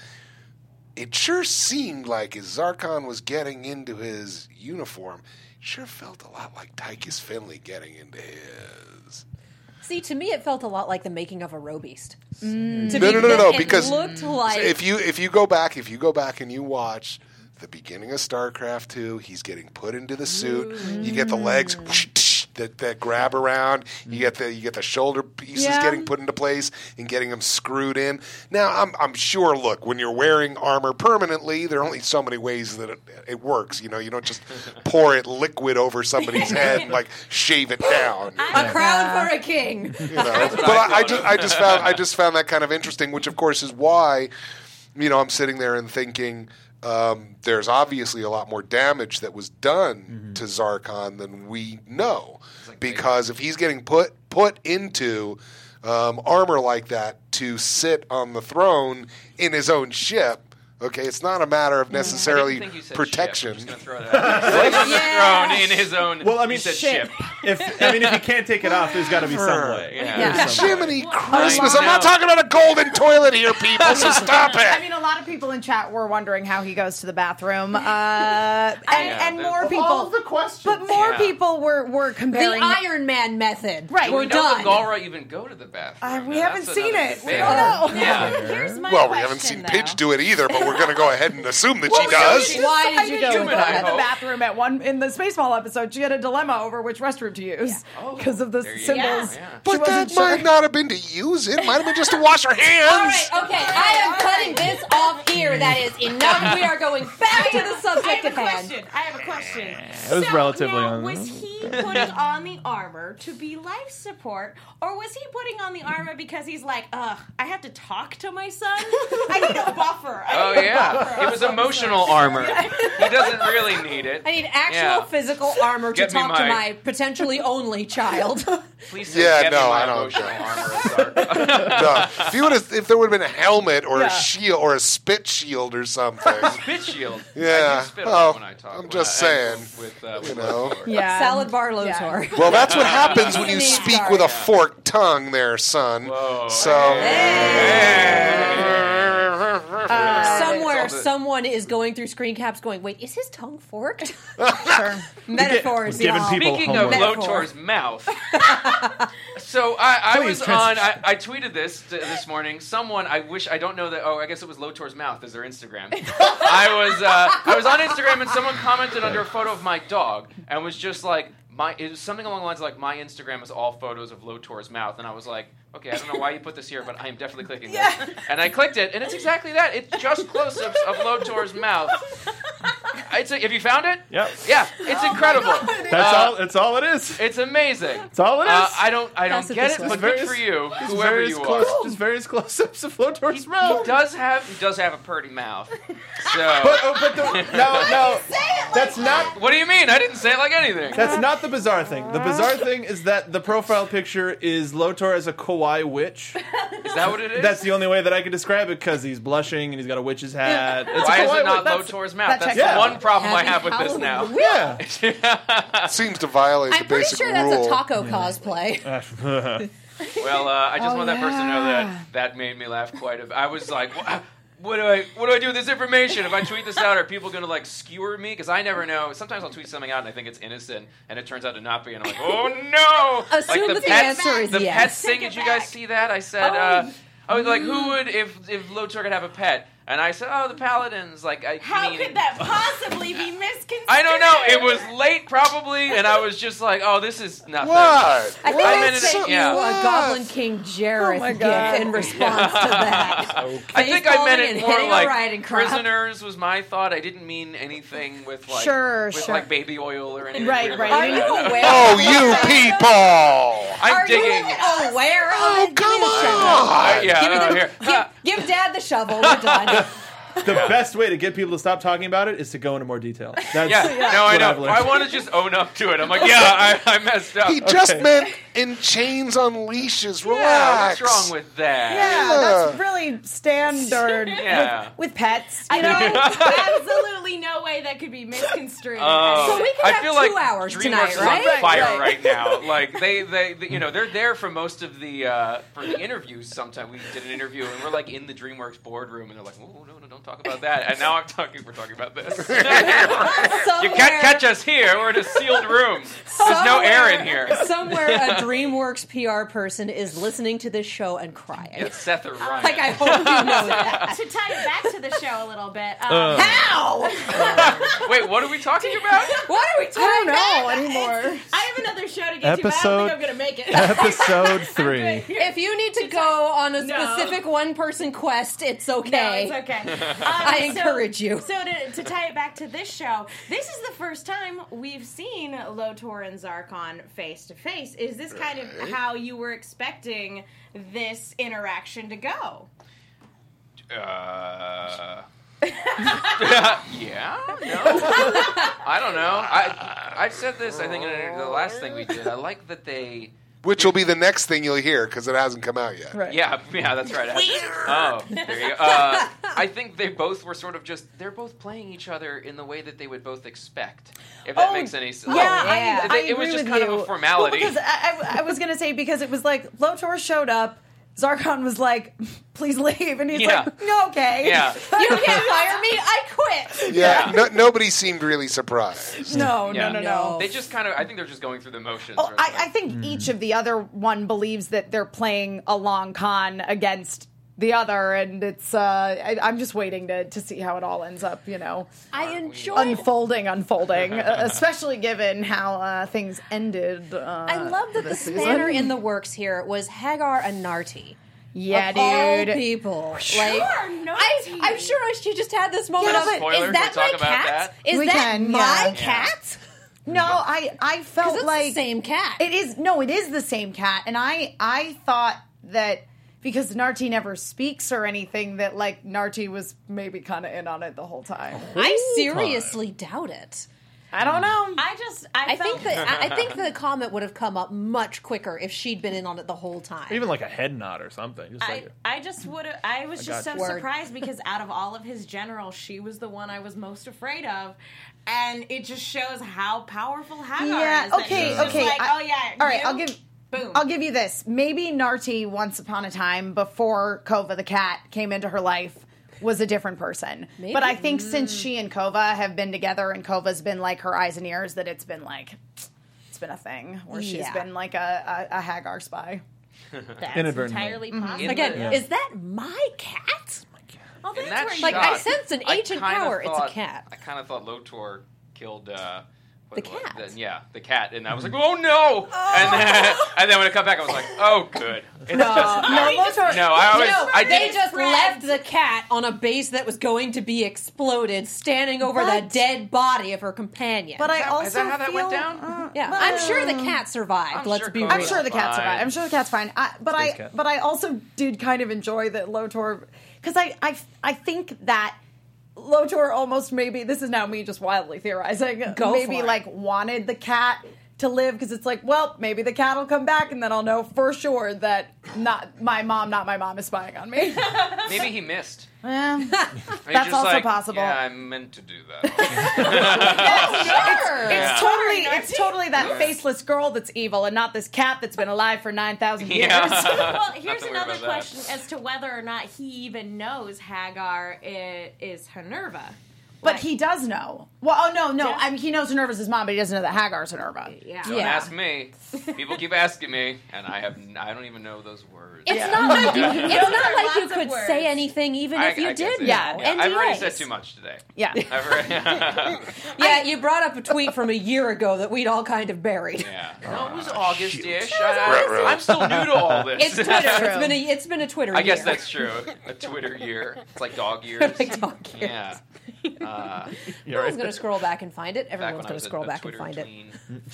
Speaker 4: It sure seemed like as Zarkon was getting into his uniform, it sure felt a lot like Tychus Finley getting into his.
Speaker 1: See, to me, it felt a lot like the making of a roe beast. To
Speaker 4: No,
Speaker 1: be-
Speaker 4: no, no, no,
Speaker 1: It
Speaker 4: because
Speaker 1: looked like
Speaker 4: if you if you go back, if you go back and you watch the beginning of StarCraft Two, he's getting put into the suit. You get the legs that that grab around. You get the you get the shoulder pieces
Speaker 3: Yeah.
Speaker 4: getting put into place and getting them screwed in. Now I'm I'm sure. Look, when you're wearing armor permanently, there are only so many ways that it, it works. You know, you don't just pour it liquid over somebody's head and like shave it down.
Speaker 1: a crown for a king.
Speaker 4: You know, but I,
Speaker 6: I
Speaker 4: I
Speaker 6: thought
Speaker 4: just
Speaker 6: of.
Speaker 4: I just found I just found that kind of interesting, which of course is why, you know, I'm sitting there and thinking um, there's obviously a lot more damage that was done
Speaker 6: Mm-hmm.
Speaker 4: to Zarkon than we know, because if he's getting put put into um, armor like that to sit on the throne in his own ship. Okay, it's not a matter of necessarily
Speaker 6: Mm-hmm. think you said
Speaker 4: protection.
Speaker 6: Ship. I'm just gonna throw that. Out. He's on the throne in his own.
Speaker 5: Well, I mean,
Speaker 6: he said
Speaker 5: ship.
Speaker 6: ship.
Speaker 5: If I mean, if you can't take it off, there's got to be some way.
Speaker 6: Yeah.
Speaker 3: Yeah.
Speaker 4: Jiminy Christmas! I'm
Speaker 6: I
Speaker 4: not
Speaker 6: know.
Speaker 4: talking about a golden toilet here, people. So stop it.
Speaker 3: I mean, a lot of people in chat were wondering how he goes to the bathroom, uh, and, and more people.
Speaker 5: questions.
Speaker 3: But more
Speaker 6: Yeah.
Speaker 3: people were were
Speaker 1: The
Speaker 3: comparing.
Speaker 1: Iron Man method.
Speaker 3: Right.
Speaker 6: Do
Speaker 1: We're
Speaker 6: we know
Speaker 1: done.
Speaker 6: if Galra even go to the bathroom?
Speaker 3: Uh, we
Speaker 6: Now,
Speaker 3: haven't
Speaker 6: that's
Speaker 3: seen
Speaker 6: another
Speaker 3: it. We
Speaker 6: debate.
Speaker 3: don't know.
Speaker 6: Yeah.
Speaker 7: Oh, Here's my
Speaker 4: Well, we haven't
Speaker 7: question,
Speaker 4: seen
Speaker 7: though.
Speaker 4: Pidge do it either, but we're going to go ahead and assume that she
Speaker 3: Well, we know
Speaker 4: does.
Speaker 3: she
Speaker 1: Why did you
Speaker 3: decided
Speaker 1: go
Speaker 3: to
Speaker 1: with that?
Speaker 3: in the bathroom at one in the Spaceball episode? She had a dilemma over which restroom to use
Speaker 6: Oh,
Speaker 3: because of the
Speaker 6: there you go.
Speaker 3: symbols. She
Speaker 6: Yeah.
Speaker 4: But that
Speaker 3: wasn't sure.
Speaker 4: might not have been to use it. Might have been just to wash her
Speaker 1: All
Speaker 4: hands.
Speaker 1: right, okay, I am cutting this off here. That is enough. We are going back to the
Speaker 7: I
Speaker 1: subject
Speaker 7: have
Speaker 1: at
Speaker 7: a
Speaker 1: hand.
Speaker 7: question. I have a question.
Speaker 5: It was
Speaker 7: so,
Speaker 5: relatively
Speaker 7: now,
Speaker 5: un-
Speaker 7: Was he putting on the armor to be life support, or was he putting on the armor because he's like, ugh, I have to talk to my son? I need a buffer. I
Speaker 6: Oh
Speaker 7: need a
Speaker 6: yeah,
Speaker 7: buffer.
Speaker 6: it was emotional armor. He doesn't really need it.
Speaker 1: I need actual
Speaker 6: Yeah.
Speaker 1: physical armor to
Speaker 6: Get me
Speaker 1: talk to
Speaker 6: my-
Speaker 1: my potentially only child.
Speaker 6: Please
Speaker 4: Yeah,
Speaker 6: yeah, get
Speaker 4: no,
Speaker 6: me my
Speaker 4: I don't.
Speaker 6: emotional armor. Zark.
Speaker 4: Duh. If you would have, if there would have been a helmet or
Speaker 3: Yeah.
Speaker 4: a shield or a spit shield or something,
Speaker 6: spit shield.
Speaker 4: Yeah,
Speaker 6: I do spit a
Speaker 4: well,
Speaker 6: lot when I talk.
Speaker 4: I'm
Speaker 6: when
Speaker 4: just
Speaker 6: I-
Speaker 4: saying,
Speaker 6: With, uh, with
Speaker 4: you know.
Speaker 6: Lothar.
Speaker 3: Yeah.
Speaker 1: Salad bar Lotar.
Speaker 4: Well, that's what happens when you
Speaker 1: Enemies
Speaker 4: speak
Speaker 1: are-
Speaker 4: with a forked tongue, there, son.
Speaker 6: Whoa.
Speaker 4: So.
Speaker 1: Somewhere,
Speaker 6: Solve it.
Speaker 1: someone is going through screen caps going, wait, is his tongue forked?
Speaker 3: Sure.
Speaker 1: Metaphors,
Speaker 5: giving
Speaker 1: y'all.
Speaker 5: people-
Speaker 6: Speaking of
Speaker 1: homework.
Speaker 6: Lotor's mouth, so I, I
Speaker 5: Please
Speaker 6: was
Speaker 5: trans-
Speaker 6: on. I, I tweeted this t- this morning. Someone I wish I don't know that. Oh, I guess it was Lotor's mouth is their Instagram. I was uh, I was on Instagram and someone commented under a photo of my dog and was just like my it was something along the lines of, like my Instagram is all photos of Lotor's mouth and I was like. Okay, I don't know why you put this here, but I am definitely clicking this. And I clicked it, and it's exactly that. It's just close-ups of Lotor's mouth. It's a, have you found it?
Speaker 5: Yep.
Speaker 6: Yeah, it's incredible.
Speaker 5: That's
Speaker 6: Uh,
Speaker 5: all. That's all it is.
Speaker 6: it's amazing. That's
Speaker 5: all it
Speaker 6: Uh,
Speaker 5: is.
Speaker 6: I don't. I don't
Speaker 1: Pass it
Speaker 6: get
Speaker 1: this
Speaker 6: it,
Speaker 1: way.
Speaker 6: but
Speaker 5: Various-
Speaker 6: good for you,
Speaker 5: just
Speaker 6: whoever
Speaker 5: various
Speaker 6: you
Speaker 5: close,
Speaker 6: are.
Speaker 5: Just various close-ups of Lotor's
Speaker 6: He
Speaker 5: mouth.
Speaker 6: does have. He does have a pretty mouth. So.
Speaker 5: But, oh, but the, no, no, that's not.
Speaker 6: what do you mean? I didn't say it like anything.
Speaker 5: That's not the bizarre thing. The bizarre thing is that the profile picture is Lotor as a kawaii witch.
Speaker 6: Is that what it is?
Speaker 5: That's the only way that I could describe it because he's blushing and he's got a witch's hat. It's a
Speaker 6: Why is
Speaker 5: kawaii
Speaker 6: it not
Speaker 5: witch.
Speaker 6: Lotor's mouth?
Speaker 3: that
Speaker 6: That's
Speaker 3: checks
Speaker 6: the
Speaker 5: out.
Speaker 6: one problem I
Speaker 1: Happy
Speaker 6: have with this
Speaker 1: Halloween.
Speaker 6: now.
Speaker 5: Yeah.
Speaker 4: seems to violate
Speaker 1: I'm
Speaker 4: the
Speaker 1: pretty
Speaker 4: basic
Speaker 1: sure
Speaker 4: rule.
Speaker 1: that's a taco cosplay.
Speaker 6: Well, uh, I
Speaker 1: Oh,
Speaker 6: just want that person to know that that made me laugh quite a bit. I was like, "Wha- what do I what do I do with this information? If I tweet this out, are people going to like skewer me? Because I never know. Sometimes I'll tweet something out and I think it's innocent, and it turns out to not be, and I'm like, oh no!
Speaker 1: Assume that
Speaker 6: like
Speaker 1: the answer is
Speaker 6: the
Speaker 1: yes.
Speaker 6: pet thing. Did you guys see that? I said,
Speaker 1: Oh,
Speaker 6: uh, I was like, who would if if Lotor could have a pet? And I said, oh, the paladins. Like, I
Speaker 7: How
Speaker 6: mean,
Speaker 7: could that possibly be misconstrued?
Speaker 6: I don't know. It was late, probably, and I was just like, "Oh, this is nothing."
Speaker 4: What?
Speaker 1: I think
Speaker 6: I
Speaker 1: I
Speaker 6: meant it-
Speaker 1: sent
Speaker 6: yeah.
Speaker 1: you a
Speaker 4: What?
Speaker 1: Goblin King Jareth
Speaker 3: Oh my God.
Speaker 1: gift in response to that.
Speaker 6: I think I meant
Speaker 1: Facepalming and
Speaker 6: it more
Speaker 1: hitting a
Speaker 6: like
Speaker 1: riding crop.
Speaker 6: prisoners was my thought. I didn't mean anything with like
Speaker 3: Sure,
Speaker 6: with
Speaker 3: sure.
Speaker 6: like baby oil or anything.
Speaker 3: Right,
Speaker 6: weird
Speaker 3: right.
Speaker 6: like
Speaker 1: Are you
Speaker 6: that.
Speaker 1: aware?
Speaker 4: Oh, you people!
Speaker 6: I'm
Speaker 1: Are
Speaker 6: digging.
Speaker 1: you aware of
Speaker 4: Oh,
Speaker 1: it? Give me
Speaker 4: come
Speaker 1: the shovel.
Speaker 6: I-
Speaker 4: on!
Speaker 6: yeah,
Speaker 1: Give me
Speaker 6: no,
Speaker 1: the-
Speaker 6: here. Ha.
Speaker 1: Give, give Dad the shovel. We're done.
Speaker 5: The best way to get people to stop talking about it is to go into more detail. That's
Speaker 6: yeah, no, I
Speaker 5: what I've
Speaker 6: know.
Speaker 5: learned.
Speaker 6: I want to just own up to it. I'm like, yeah, I, I messed up.
Speaker 4: He just meant in chains on leashes.
Speaker 6: yeah,
Speaker 4: Relax.
Speaker 6: what's wrong with that?
Speaker 3: Yeah, that's really standard
Speaker 6: Yeah.
Speaker 3: with, with pets.
Speaker 7: I know. absolutely no way that could be misconstrued.
Speaker 6: Oh,
Speaker 1: So we could
Speaker 6: I
Speaker 1: have
Speaker 6: feel
Speaker 1: two
Speaker 6: like
Speaker 1: hours
Speaker 6: DreamWorks
Speaker 1: tonight,
Speaker 6: is
Speaker 1: right?
Speaker 6: on fire
Speaker 1: Right.
Speaker 6: right, now. Like they, they, they- you know, they're there for most of the uh, for the interviews. Sometimes we did an interview and we're like in the DreamWorks boardroom and they're like, "Oh no, no, don't talk about that." And now I'm talking. We're talking about this. You can't catch us here. We're in a sealed room. There's no air in here.
Speaker 1: Somewhere a DreamWorks PR person is listening to this show and crying.
Speaker 6: It's Seth or Ryan.
Speaker 1: Like I hope you know that.
Speaker 7: to tie it back to the show a little bit,
Speaker 6: Uh.
Speaker 7: um,
Speaker 1: How?
Speaker 6: Wait, what are we talking about?
Speaker 1: What are we talking
Speaker 3: I don't know
Speaker 1: about?
Speaker 3: anymore.
Speaker 7: I have another show to get to, but I don't
Speaker 5: Episode-
Speaker 7: think I'm going to make it.
Speaker 5: Episode three.
Speaker 1: If you need to go on a
Speaker 7: No.
Speaker 1: specific one-person quest, it's okay.
Speaker 7: No, it's okay. Um,
Speaker 1: I encourage you.
Speaker 7: So to, to tie it back to this show, this is the first time we've seen Lotor and Zarkon face to face. Is this kind of how you were expecting this interaction to go?
Speaker 6: Uh, yeah, no, I don't know. I I've said this. I think in an- the last thing we did. I like that they.
Speaker 4: Which will be the next thing you'll hear because it hasn't come out yet.
Speaker 3: Right.
Speaker 6: Yeah, yeah, that's right. Oh, there you go. Uh, I think they both were sort of just. They're both playing each other in the way that they would both expect. If that
Speaker 3: Oh,
Speaker 6: makes any sense.
Speaker 3: Yeah, I-
Speaker 1: yeah.
Speaker 3: I,
Speaker 6: It was
Speaker 3: agree
Speaker 6: just
Speaker 3: with
Speaker 6: kind
Speaker 3: you.
Speaker 6: of a formality.
Speaker 3: Well, because oh, I, I, I was gonna say because it was like Lotor showed up, Zarkon was like, "Please leave," and he's
Speaker 6: Yeah.
Speaker 3: like, "No, okay."
Speaker 6: Yeah.
Speaker 1: You can't fire me. I quit.
Speaker 4: Yeah, No, nobody seemed really surprised.
Speaker 3: No,
Speaker 6: Yeah.
Speaker 3: no, no,
Speaker 1: No.
Speaker 3: no.
Speaker 6: They just kind of. I think they're just going through the motions.
Speaker 3: Oh,
Speaker 6: or
Speaker 3: I,
Speaker 6: something.
Speaker 3: I think each of the other one believes that they're playing a long con against the other, and it's uh, I, I'm just waiting to to see how it all ends up. You know,
Speaker 1: I enjoyed
Speaker 3: unfolding, unfolding, uh, especially given how uh, things ended. Uh,
Speaker 1: I love that the
Speaker 3: this season.
Speaker 1: spanner in the works here was Hagar Anarti.
Speaker 3: Yeah,
Speaker 1: of
Speaker 3: dude.
Speaker 1: All people. Like, I,
Speaker 7: Anarti.
Speaker 1: I'm sure I- she just had this moment
Speaker 3: Yeah,
Speaker 1: of,
Speaker 3: but-
Speaker 6: Spoiler,
Speaker 1: is that
Speaker 6: can we
Speaker 1: my
Speaker 6: talk about
Speaker 1: cat?
Speaker 6: that?
Speaker 1: Is
Speaker 3: We
Speaker 1: that
Speaker 3: can,
Speaker 1: my
Speaker 3: yeah.
Speaker 1: cat?
Speaker 3: No, I I
Speaker 1: Because
Speaker 3: felt
Speaker 1: it's
Speaker 3: like
Speaker 1: the same cat.
Speaker 3: It is no, it is the same cat, and I I thought that because Narti never speaks or anything that like Narti was maybe kind of in on it the whole time.
Speaker 1: I seriously doubt it.
Speaker 3: I don't know.
Speaker 7: I just I,
Speaker 1: I
Speaker 7: felt
Speaker 1: think that I I think the comment would have come up much quicker if she'd been in on it the whole time.
Speaker 5: Even like a head nod or something. Just
Speaker 7: I,
Speaker 5: like
Speaker 7: I just would have. I was just so
Speaker 5: got
Speaker 1: you. Word.
Speaker 7: surprised because out of all of his generals, she was the one I was most afraid of, and it just shows how powerful Hagar
Speaker 3: Yeah,
Speaker 7: is. that
Speaker 3: okay,
Speaker 7: she's just
Speaker 3: okay,
Speaker 7: like,
Speaker 3: I-
Speaker 7: oh yeah.
Speaker 3: all right,
Speaker 7: you?
Speaker 3: I'll give-
Speaker 7: Boom.
Speaker 3: I'll give you this. Maybe Narti, once upon a time, before Kova the cat came into her life, was a different person. But I think since she and Kova have been together and Kova's been like her eyes and ears, that it's been like, it's been a thing where she's
Speaker 1: Yeah.
Speaker 3: been like a, a, a Hagar spy.
Speaker 7: That's
Speaker 5: Inadvertently.
Speaker 7: entirely possible.
Speaker 1: Again,
Speaker 6: Yeah.
Speaker 1: is that my cat?
Speaker 7: Oh, that's
Speaker 6: In that
Speaker 7: where you-
Speaker 1: Like,
Speaker 6: shot,
Speaker 1: I sense an
Speaker 6: I
Speaker 1: ancient
Speaker 6: kinda
Speaker 1: power. It's a
Speaker 6: thought-
Speaker 1: cat.
Speaker 6: I kind of thought Lotor killed uh, what
Speaker 1: The
Speaker 6: was it?
Speaker 1: cat.
Speaker 6: yeah, the cat, and I was like, oh no! And then
Speaker 1: Oh.
Speaker 6: and then when it cut back, I was like, oh good. It's just
Speaker 3: Uh, no, those are-
Speaker 6: no, I always
Speaker 3: No,
Speaker 6: I
Speaker 1: They
Speaker 6: did.
Speaker 1: just left
Speaker 7: friends.
Speaker 1: the cat on a base that was going to be exploded, standing over the
Speaker 3: What?
Speaker 1: dead body of her companion.
Speaker 3: But I also
Speaker 6: is that how that went
Speaker 3: feel-
Speaker 6: down?
Speaker 1: yeah, I'm sure the cat survived.
Speaker 6: uh, I'm
Speaker 1: let's
Speaker 6: sure
Speaker 1: be
Speaker 6: Cobra
Speaker 1: real.
Speaker 3: I'm sure the cat's
Speaker 6: Fine.
Speaker 3: fine. I'm sure the cat's fine. I, but I,
Speaker 5: Space cat.
Speaker 3: but I also did kind of enjoy that Lotor because I, I, I think that Lotor almost maybe this is now me just wildly theorizing.
Speaker 1: Go
Speaker 3: maybe
Speaker 1: for it.
Speaker 3: like wanted the cat to live because it's like, well, maybe the cat will come back and then I'll know for sure that not my mom, not my mom is spying on me.
Speaker 6: Maybe he missed.
Speaker 3: Eh.
Speaker 6: Maybe
Speaker 3: That's
Speaker 6: just
Speaker 3: also
Speaker 6: like,
Speaker 3: possible.
Speaker 6: Yeah, I meant to do that.
Speaker 3: It's totally, it's totally that faceless girl that's evil, and not this cat that's been alive for nine thousand years.
Speaker 6: yeah.
Speaker 7: well, here's
Speaker 6: Nothing to worry
Speaker 7: another
Speaker 6: about that.
Speaker 7: question as to whether or not he even knows Hagar i- is Minerva.
Speaker 3: But
Speaker 7: Like-
Speaker 3: he does know. Well, oh no, no.
Speaker 7: Yeah.
Speaker 3: I mean, he knows Minerva's his mom, but he doesn't know that Hagar's Minerva.
Speaker 7: Yeah.
Speaker 6: Don't
Speaker 1: Yeah.
Speaker 6: ask me. People keep asking me, and I have n- I don't even know those words.
Speaker 1: It's not like you. It's not
Speaker 7: are
Speaker 1: like you
Speaker 7: lots of
Speaker 1: could
Speaker 7: words.
Speaker 1: say anything, even
Speaker 6: I-
Speaker 1: if you
Speaker 6: I guess
Speaker 1: did.
Speaker 6: it-
Speaker 1: know.
Speaker 3: yeah.
Speaker 6: Yeah, I've already
Speaker 1: NDAs.
Speaker 6: said too much today.
Speaker 3: Yeah.
Speaker 6: I've already, yeah,
Speaker 1: Yeah, you brought up a tweet from a year ago that we'd all kind of buried.
Speaker 6: no, it was
Speaker 1: Ah,
Speaker 6: August-ish.
Speaker 4: Ruh-roh.
Speaker 6: I, am still new to all
Speaker 1: It's
Speaker 6: this.
Speaker 1: Twitter. It's been a it's been a Twitter.
Speaker 6: I guess
Speaker 1: year.
Speaker 6: that's true. A Twitter year. It's like dog years.
Speaker 1: Like dog years.
Speaker 6: Yeah. Uh,
Speaker 5: you're
Speaker 1: No one's
Speaker 5: right.
Speaker 1: gonna scroll back and find it.
Speaker 6: back
Speaker 1: Everyone's
Speaker 6: when I
Speaker 1: gonna
Speaker 6: was a-
Speaker 1: scroll
Speaker 6: a
Speaker 1: back
Speaker 6: Twitter
Speaker 1: and find it.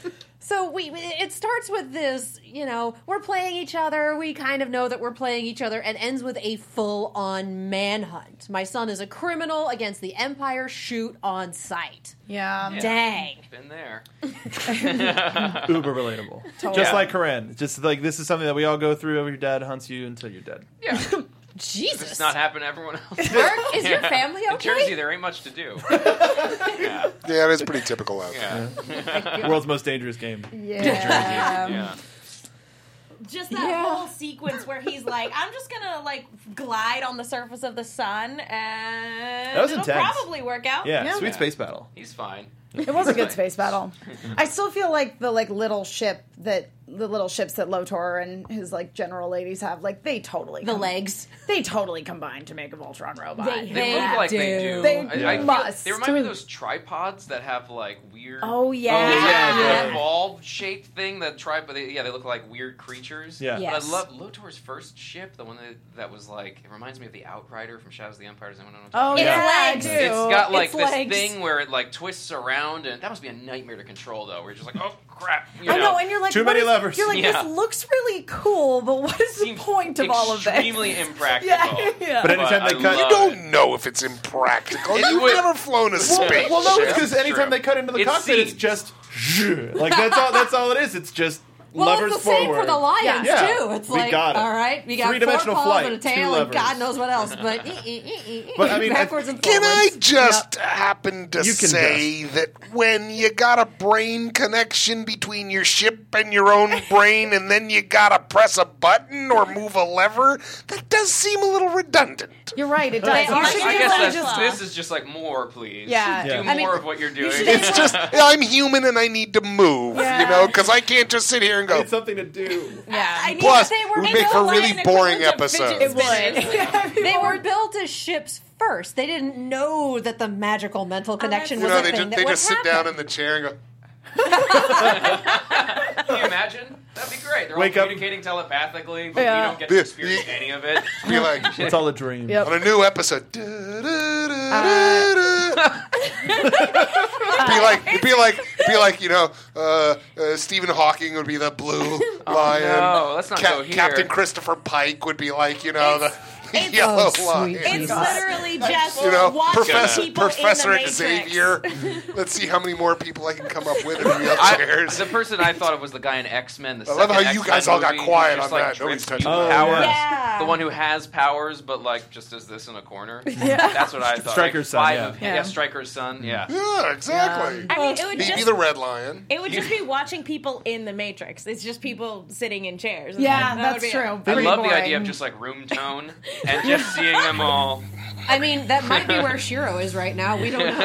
Speaker 6: tween.
Speaker 1: So we it starts with this, you know, we're playing each other, we kind of know that we're playing each other and ends with a full-on manhunt. My son is a criminal against the empire, shoot on sight.
Speaker 3: Yeah.
Speaker 6: Yeah.
Speaker 1: Dang.
Speaker 6: Been there.
Speaker 5: uber relatable. Just
Speaker 6: Yeah.
Speaker 5: like Corinne. Just like this is something that we all go through. Your dad hunts you until you're dead.
Speaker 6: Yeah. If
Speaker 1: Jesus.
Speaker 6: it's not happened to everyone else.
Speaker 1: Mark, is your family
Speaker 6: In
Speaker 1: okay?
Speaker 6: Jersey, there ain't much to do. yeah.
Speaker 4: Yeah, that's pretty typical of
Speaker 6: Yeah.
Speaker 5: World's most dangerous game.
Speaker 3: Mm, Yeah.
Speaker 1: Um,
Speaker 6: yeah.
Speaker 7: just that
Speaker 1: Yeah.
Speaker 7: whole sequence where he's like, "I'm just gonna like glide on the surface of the sun, and
Speaker 5: That was
Speaker 7: it'll
Speaker 5: intense.
Speaker 7: probably work out."
Speaker 5: Yeah,
Speaker 3: Yeah.
Speaker 5: sweet
Speaker 3: Yeah.
Speaker 5: space battle.
Speaker 6: He's fine.
Speaker 3: It was a good space battle. I still feel like the like little ship that the little ships that Lotor and his like general ladies have, like they totally
Speaker 1: the
Speaker 3: com-
Speaker 1: legs.
Speaker 3: They totally combine to make a Voltron robot.
Speaker 1: They-
Speaker 6: They, look like they
Speaker 1: do.
Speaker 6: do.
Speaker 3: They
Speaker 6: feel-
Speaker 3: must.
Speaker 6: They remind me of those tripods that have like weird.
Speaker 3: Oh, yeah.
Speaker 6: Oh,
Speaker 5: Yeah.
Speaker 6: yeah. The ball shaped thing that tri- but they, yeah, they look like weird creatures.
Speaker 5: Yeah.
Speaker 1: Yes.
Speaker 6: But I love Lotor's first ship, the one that, that was like it reminds me of the Outrider from Shadows of the Empire. Does anyone know what I'm
Speaker 3: oh
Speaker 6: talking
Speaker 1: It's
Speaker 6: about?
Speaker 3: yeah, I
Speaker 1: legs.
Speaker 3: do.
Speaker 6: It's got like
Speaker 1: It's
Speaker 6: this
Speaker 1: legs.
Speaker 6: thing where it like twists around, and that must be a nightmare to control though. Where you're just like, oh crap, you
Speaker 3: I know, and you're like
Speaker 5: Too
Speaker 3: what
Speaker 5: many
Speaker 3: is-
Speaker 5: levers.
Speaker 3: You're like
Speaker 6: Yeah.
Speaker 3: this looks really cool, but what is the
Speaker 6: Seems
Speaker 3: point of all of this?
Speaker 6: Extremely impractical.
Speaker 3: Yeah, yeah.
Speaker 5: But anytime
Speaker 6: I
Speaker 5: they cut-
Speaker 6: love
Speaker 4: You
Speaker 6: it.
Speaker 4: don't know if it's impractical.
Speaker 6: It
Speaker 4: You've
Speaker 6: would-
Speaker 4: never flown a spaceship.
Speaker 5: Well, no, it's because
Speaker 6: True.
Speaker 5: anytime they cut into the
Speaker 6: It
Speaker 5: cockpit, it's
Speaker 6: seems.
Speaker 5: just zhoo. like that's all. That's all it is. It's just
Speaker 1: Well,
Speaker 5: levers
Speaker 1: it's the same
Speaker 5: forward.
Speaker 1: for the lions
Speaker 5: Yeah.
Speaker 1: too. It's
Speaker 5: We
Speaker 1: like,
Speaker 5: got it.
Speaker 1: all right, we got
Speaker 5: Three-dimensional
Speaker 1: four paws
Speaker 5: flight,
Speaker 1: and a
Speaker 5: two
Speaker 1: tail, and
Speaker 5: levers.
Speaker 1: God knows what else. But,
Speaker 5: But, I mean, I-
Speaker 1: backwards and forwards.
Speaker 4: Can I just happen to
Speaker 5: You can
Speaker 4: say that when you got a brain connection between your ship and your own brain, and then you gotta press a button or move a lever, that does seem a little redundant.
Speaker 3: You're right. It does. You
Speaker 1: are
Speaker 3: should
Speaker 6: I
Speaker 3: be
Speaker 6: guess
Speaker 3: able to
Speaker 6: that's,
Speaker 3: just
Speaker 6: this is just like more, please.
Speaker 3: Yeah.
Speaker 6: do
Speaker 5: Yeah.
Speaker 6: more
Speaker 1: I mean,
Speaker 6: of what you're doing.
Speaker 3: should-
Speaker 4: It's just I'm human and I need to move, you
Speaker 3: Yeah.
Speaker 4: know, because I can't just sit here and go.
Speaker 5: It's something to do.
Speaker 7: I need
Speaker 4: Plus,
Speaker 7: to say
Speaker 4: it
Speaker 7: we're
Speaker 4: would make for really boring episodes.
Speaker 3: It would.
Speaker 1: They were built as ships first. They didn't know that the magical mental connection
Speaker 4: You
Speaker 1: was
Speaker 4: know,
Speaker 1: a
Speaker 4: they
Speaker 1: thing
Speaker 4: just,
Speaker 1: that
Speaker 4: they
Speaker 1: would
Speaker 4: just sit
Speaker 1: happen.
Speaker 4: down in the chair and go.
Speaker 6: Can you imagine? That'd be great. They're
Speaker 5: Wake
Speaker 6: all
Speaker 5: up.
Speaker 6: communicating telepathically, but
Speaker 3: Yeah.
Speaker 6: we don't get to
Speaker 4: Yeah.
Speaker 6: experience any of it.
Speaker 4: Be like
Speaker 5: It's all a dream.
Speaker 3: Yep.
Speaker 4: on a new episode. "Da, da, da, da, da." Be like, it'd be like, it'd be like, you know, uh, uh, Stephen Hawking would be the blue lion.
Speaker 6: no, Oh, let's not go here.
Speaker 4: Captain Christopher Pike would be like, you know, the, the
Speaker 7: it's-
Speaker 4: yellow
Speaker 1: Oh, sweet
Speaker 4: lion.
Speaker 7: It's literally just
Speaker 4: you know,
Speaker 7: watching
Speaker 4: Professor
Speaker 7: people in
Speaker 4: Professor
Speaker 7: the Matrix.
Speaker 4: Xavier. Let's see how many more people I can come up with in wheelchairs.
Speaker 6: The person I thought of was the guy in X Men. The
Speaker 4: I love
Speaker 6: second
Speaker 4: how you
Speaker 6: X-Men
Speaker 4: guys all got
Speaker 6: movie,
Speaker 4: quiet
Speaker 6: who's
Speaker 4: on
Speaker 6: just, like,
Speaker 4: that. Nobody's
Speaker 6: dripped
Speaker 4: touching
Speaker 6: in
Speaker 5: that.
Speaker 6: powers.
Speaker 7: Yeah.
Speaker 6: The one who has powers, but like just does this in a corner. That's what I thought.
Speaker 5: Stryker's son,
Speaker 6: like,
Speaker 5: yeah.
Speaker 6: five
Speaker 5: Mm-hmm.
Speaker 6: Of him. yeah,
Speaker 3: Yeah.
Speaker 6: Striker's son. Yeah.
Speaker 4: yeah, exactly.
Speaker 7: I mean, it would
Speaker 4: Be- be
Speaker 7: just
Speaker 4: the red lion.
Speaker 7: it would just be watching people in the Matrix. It's just people sitting in chairs.
Speaker 3: Yeah,
Speaker 7: That would
Speaker 3: that's
Speaker 7: be it.
Speaker 3: true.
Speaker 6: I
Speaker 3: Pretty
Speaker 6: love the
Speaker 3: boring.
Speaker 6: idea of just like room tone and just seeing them all.
Speaker 1: I mean, that might be where Shiro is right now. We don't know.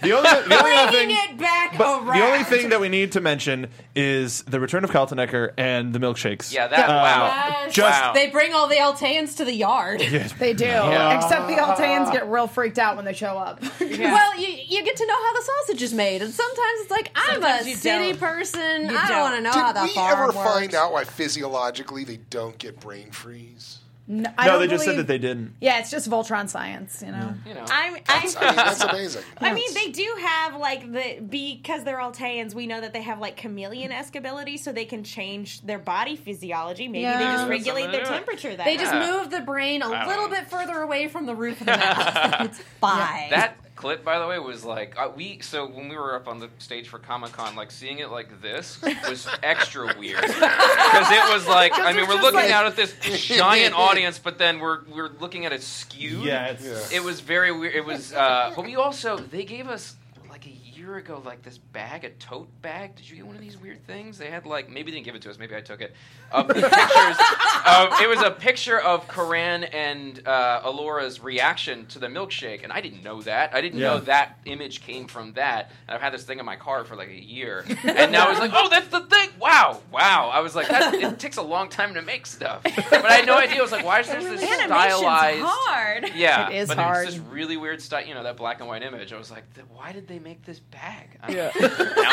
Speaker 5: The only, the only other
Speaker 1: Bringing
Speaker 5: thing.
Speaker 1: it back
Speaker 5: But
Speaker 1: around.
Speaker 5: the only thing that we need to mention is the return of Kaltenecker and the milkshakes. Uh,
Speaker 6: Yeah, that.
Speaker 3: Yeah.
Speaker 6: Wow.
Speaker 5: Just
Speaker 6: Wow.
Speaker 1: They bring all the Alteans to the yard.
Speaker 3: They do. Except the Altaians get real freaked out when they show up.
Speaker 1: Well, you, you get to know how the sausage is made, and sometimes it's like I'm
Speaker 7: Sometimes
Speaker 1: a
Speaker 7: you
Speaker 1: city
Speaker 7: don't.
Speaker 1: person. I
Speaker 7: don't.
Speaker 1: don't want to know
Speaker 7: Ah,
Speaker 1: how
Speaker 4: Did
Speaker 1: the
Speaker 4: we
Speaker 1: farm
Speaker 4: ever
Speaker 1: works.
Speaker 4: find out why physiologically they don't get brain freeze?
Speaker 3: No,
Speaker 5: No, they just said that they didn't.
Speaker 3: Yeah, it's just Voltron science, you know.
Speaker 6: You know.
Speaker 7: I'm. I'm
Speaker 4: I mean, that's amazing.
Speaker 7: I mean, they do have like the because they're Altaians. We know that they have like chameleon esque abilities, so they can change their body physiology. Maybe they
Speaker 3: Yeah.
Speaker 7: just
Speaker 6: That's something
Speaker 7: regulate
Speaker 6: to
Speaker 7: their
Speaker 6: do it.
Speaker 7: temperature. That
Speaker 1: They just
Speaker 6: Yeah.
Speaker 1: move the brain a
Speaker 6: don't
Speaker 1: little
Speaker 6: know.
Speaker 1: bit further away from the roof of the mouth. it's fine.
Speaker 6: That clip, by the way, was like uh, we. So when we were up on the stage for Comic Con, like seeing it like this was extra weird because it was like I mean
Speaker 3: it's
Speaker 6: we're
Speaker 3: just
Speaker 6: looking
Speaker 3: like-
Speaker 6: out at this giant audience, but then we're we're looking at it skewed.
Speaker 5: Yeah, it's,
Speaker 4: Yeah.
Speaker 6: it was very weird. It was, uh, but we also they gave us like a year ago like this bag, a tote bag. Did you get one of these weird things? They had like maybe they didn't give it to us. Maybe I took it. Of the pictures. of, it was a picture of Coran and uh, Alora's reaction to the milkshake, and I didn't know that. I didn't
Speaker 5: Yeah.
Speaker 6: know that image came from that. And I've had this thing in my car for like a year, and now I was like, oh, that's the thing. Wow, wow. I was like, that, it takes a long time to make stuff, but I had no idea. I was like, why is there this
Speaker 7: animation's
Speaker 6: stylized?
Speaker 7: hard.
Speaker 6: Yeah,
Speaker 3: It is
Speaker 6: but
Speaker 3: hard.
Speaker 6: It's this really weird stuff, you know, that black and white image. I was like, "Th- why did they make this bag? Yeah. now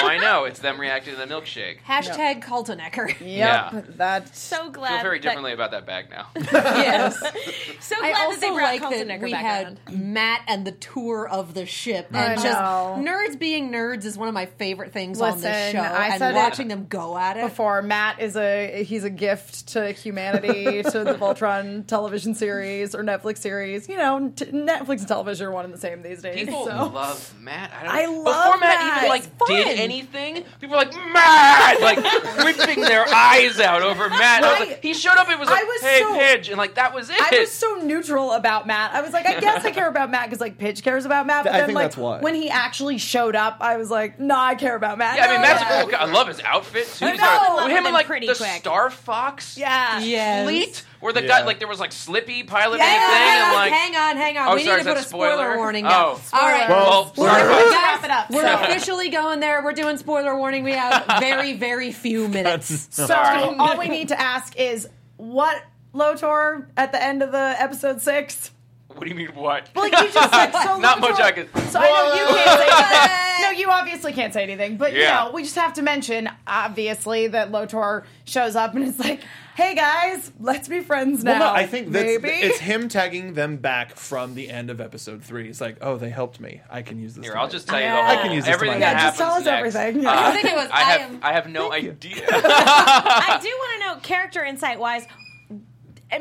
Speaker 6: I know it's them reacting to the milkshake.
Speaker 1: Hashtag Kaltenecker.
Speaker 3: Yep,
Speaker 6: Yeah.
Speaker 3: that's
Speaker 7: So
Speaker 6: I
Speaker 7: glad.
Speaker 6: feel very
Speaker 7: that-
Speaker 6: differently about that bag now.
Speaker 1: Yes.
Speaker 7: So glad
Speaker 1: I
Speaker 7: that they
Speaker 1: also like
Speaker 7: brought Kaltenegger
Speaker 1: that we
Speaker 7: back
Speaker 1: had
Speaker 7: around.
Speaker 1: Matt and the tour of the ship,
Speaker 3: I
Speaker 1: and just
Speaker 3: know.
Speaker 1: nerds being nerds is one of my favorite things on this
Speaker 3: Listen,
Speaker 1: show.
Speaker 3: I
Speaker 1: and
Speaker 3: said it
Speaker 1: watching them go at it.
Speaker 3: before Matt is a he's a gift to humanity to the Voltron television series or Netflix series. You know, t- Netflix and television are one and the same these days.
Speaker 6: People
Speaker 3: so.
Speaker 6: love Matt. I, don't,
Speaker 3: I
Speaker 6: Before
Speaker 3: love
Speaker 6: Matt even
Speaker 3: Matt.
Speaker 6: like
Speaker 3: It's fun.
Speaker 6: did anything, people were like Matt, like whipping their eyes out over Matt. I was
Speaker 3: Right.
Speaker 6: like, he showed up. It was
Speaker 3: I
Speaker 6: like,
Speaker 3: was
Speaker 6: hey,
Speaker 3: so-
Speaker 6: Pidge, and like that was it.
Speaker 3: I was so neutral about Matt. I was like, I guess I care about Matt because like Pidge cares about Matt. But
Speaker 5: I
Speaker 3: then
Speaker 5: think
Speaker 3: like
Speaker 5: that's why.
Speaker 3: when he actually showed up, I was like, Nah, I care about Matt.
Speaker 6: yeah, I mean,
Speaker 3: No,
Speaker 6: Matt's
Speaker 3: yeah.
Speaker 6: a cool guy. I love his outfit too.
Speaker 3: I
Speaker 6: He's
Speaker 3: know.
Speaker 6: got-
Speaker 3: I love
Speaker 6: him
Speaker 7: him
Speaker 6: and like
Speaker 7: pretty
Speaker 6: the
Speaker 7: quick.
Speaker 6: Star Fox.
Speaker 3: Yeah.
Speaker 1: Yes.
Speaker 6: fleet where the
Speaker 5: Yeah.
Speaker 6: guy like there was like Slippy piloting
Speaker 1: Hang
Speaker 6: a
Speaker 1: on,
Speaker 6: thing and
Speaker 1: hang on,
Speaker 6: like
Speaker 1: hang on, hang on.
Speaker 6: Oh,
Speaker 1: we need
Speaker 6: sorry, is
Speaker 1: to put
Speaker 6: that
Speaker 1: a spoiler,
Speaker 6: spoiler?
Speaker 1: warning.
Speaker 6: Oh.
Speaker 1: down. all right.
Speaker 5: Well,
Speaker 1: we're,
Speaker 6: sorry.
Speaker 1: guys,
Speaker 3: Wrap it up.
Speaker 1: we're
Speaker 3: So-
Speaker 1: officially going there. We're doing spoiler warning. We have very, very few minutes.
Speaker 3: So all we need to ask is what Lotor at the end of the episode six.
Speaker 6: what do you mean what?
Speaker 3: Well, like you just said so
Speaker 6: Not much
Speaker 3: Lotor-
Speaker 6: I can-
Speaker 3: So I know you can't say anything. No, you obviously can't say anything. But
Speaker 6: Yeah.
Speaker 3: you know, we just have to mention obviously that Lotor shows up and it's like, "Hey guys, let's be friends now."
Speaker 5: Well, no, I think that's,
Speaker 3: maybe
Speaker 5: it's him tagging them back from the end of episode three. It's like, oh, they helped me. I can use this.
Speaker 6: Here,
Speaker 5: tonight.
Speaker 6: I'll just tell you the
Speaker 3: Yeah.
Speaker 6: whole
Speaker 3: I can
Speaker 5: use this
Speaker 6: everything
Speaker 5: tomorrow.
Speaker 6: that
Speaker 5: Yeah,
Speaker 3: just
Speaker 6: happens
Speaker 3: tell us
Speaker 6: next.
Speaker 3: everything.
Speaker 1: I
Speaker 6: Uh,
Speaker 1: think it was.
Speaker 6: I have
Speaker 1: am-
Speaker 6: I have no idea.
Speaker 7: I do want to know character insight wise.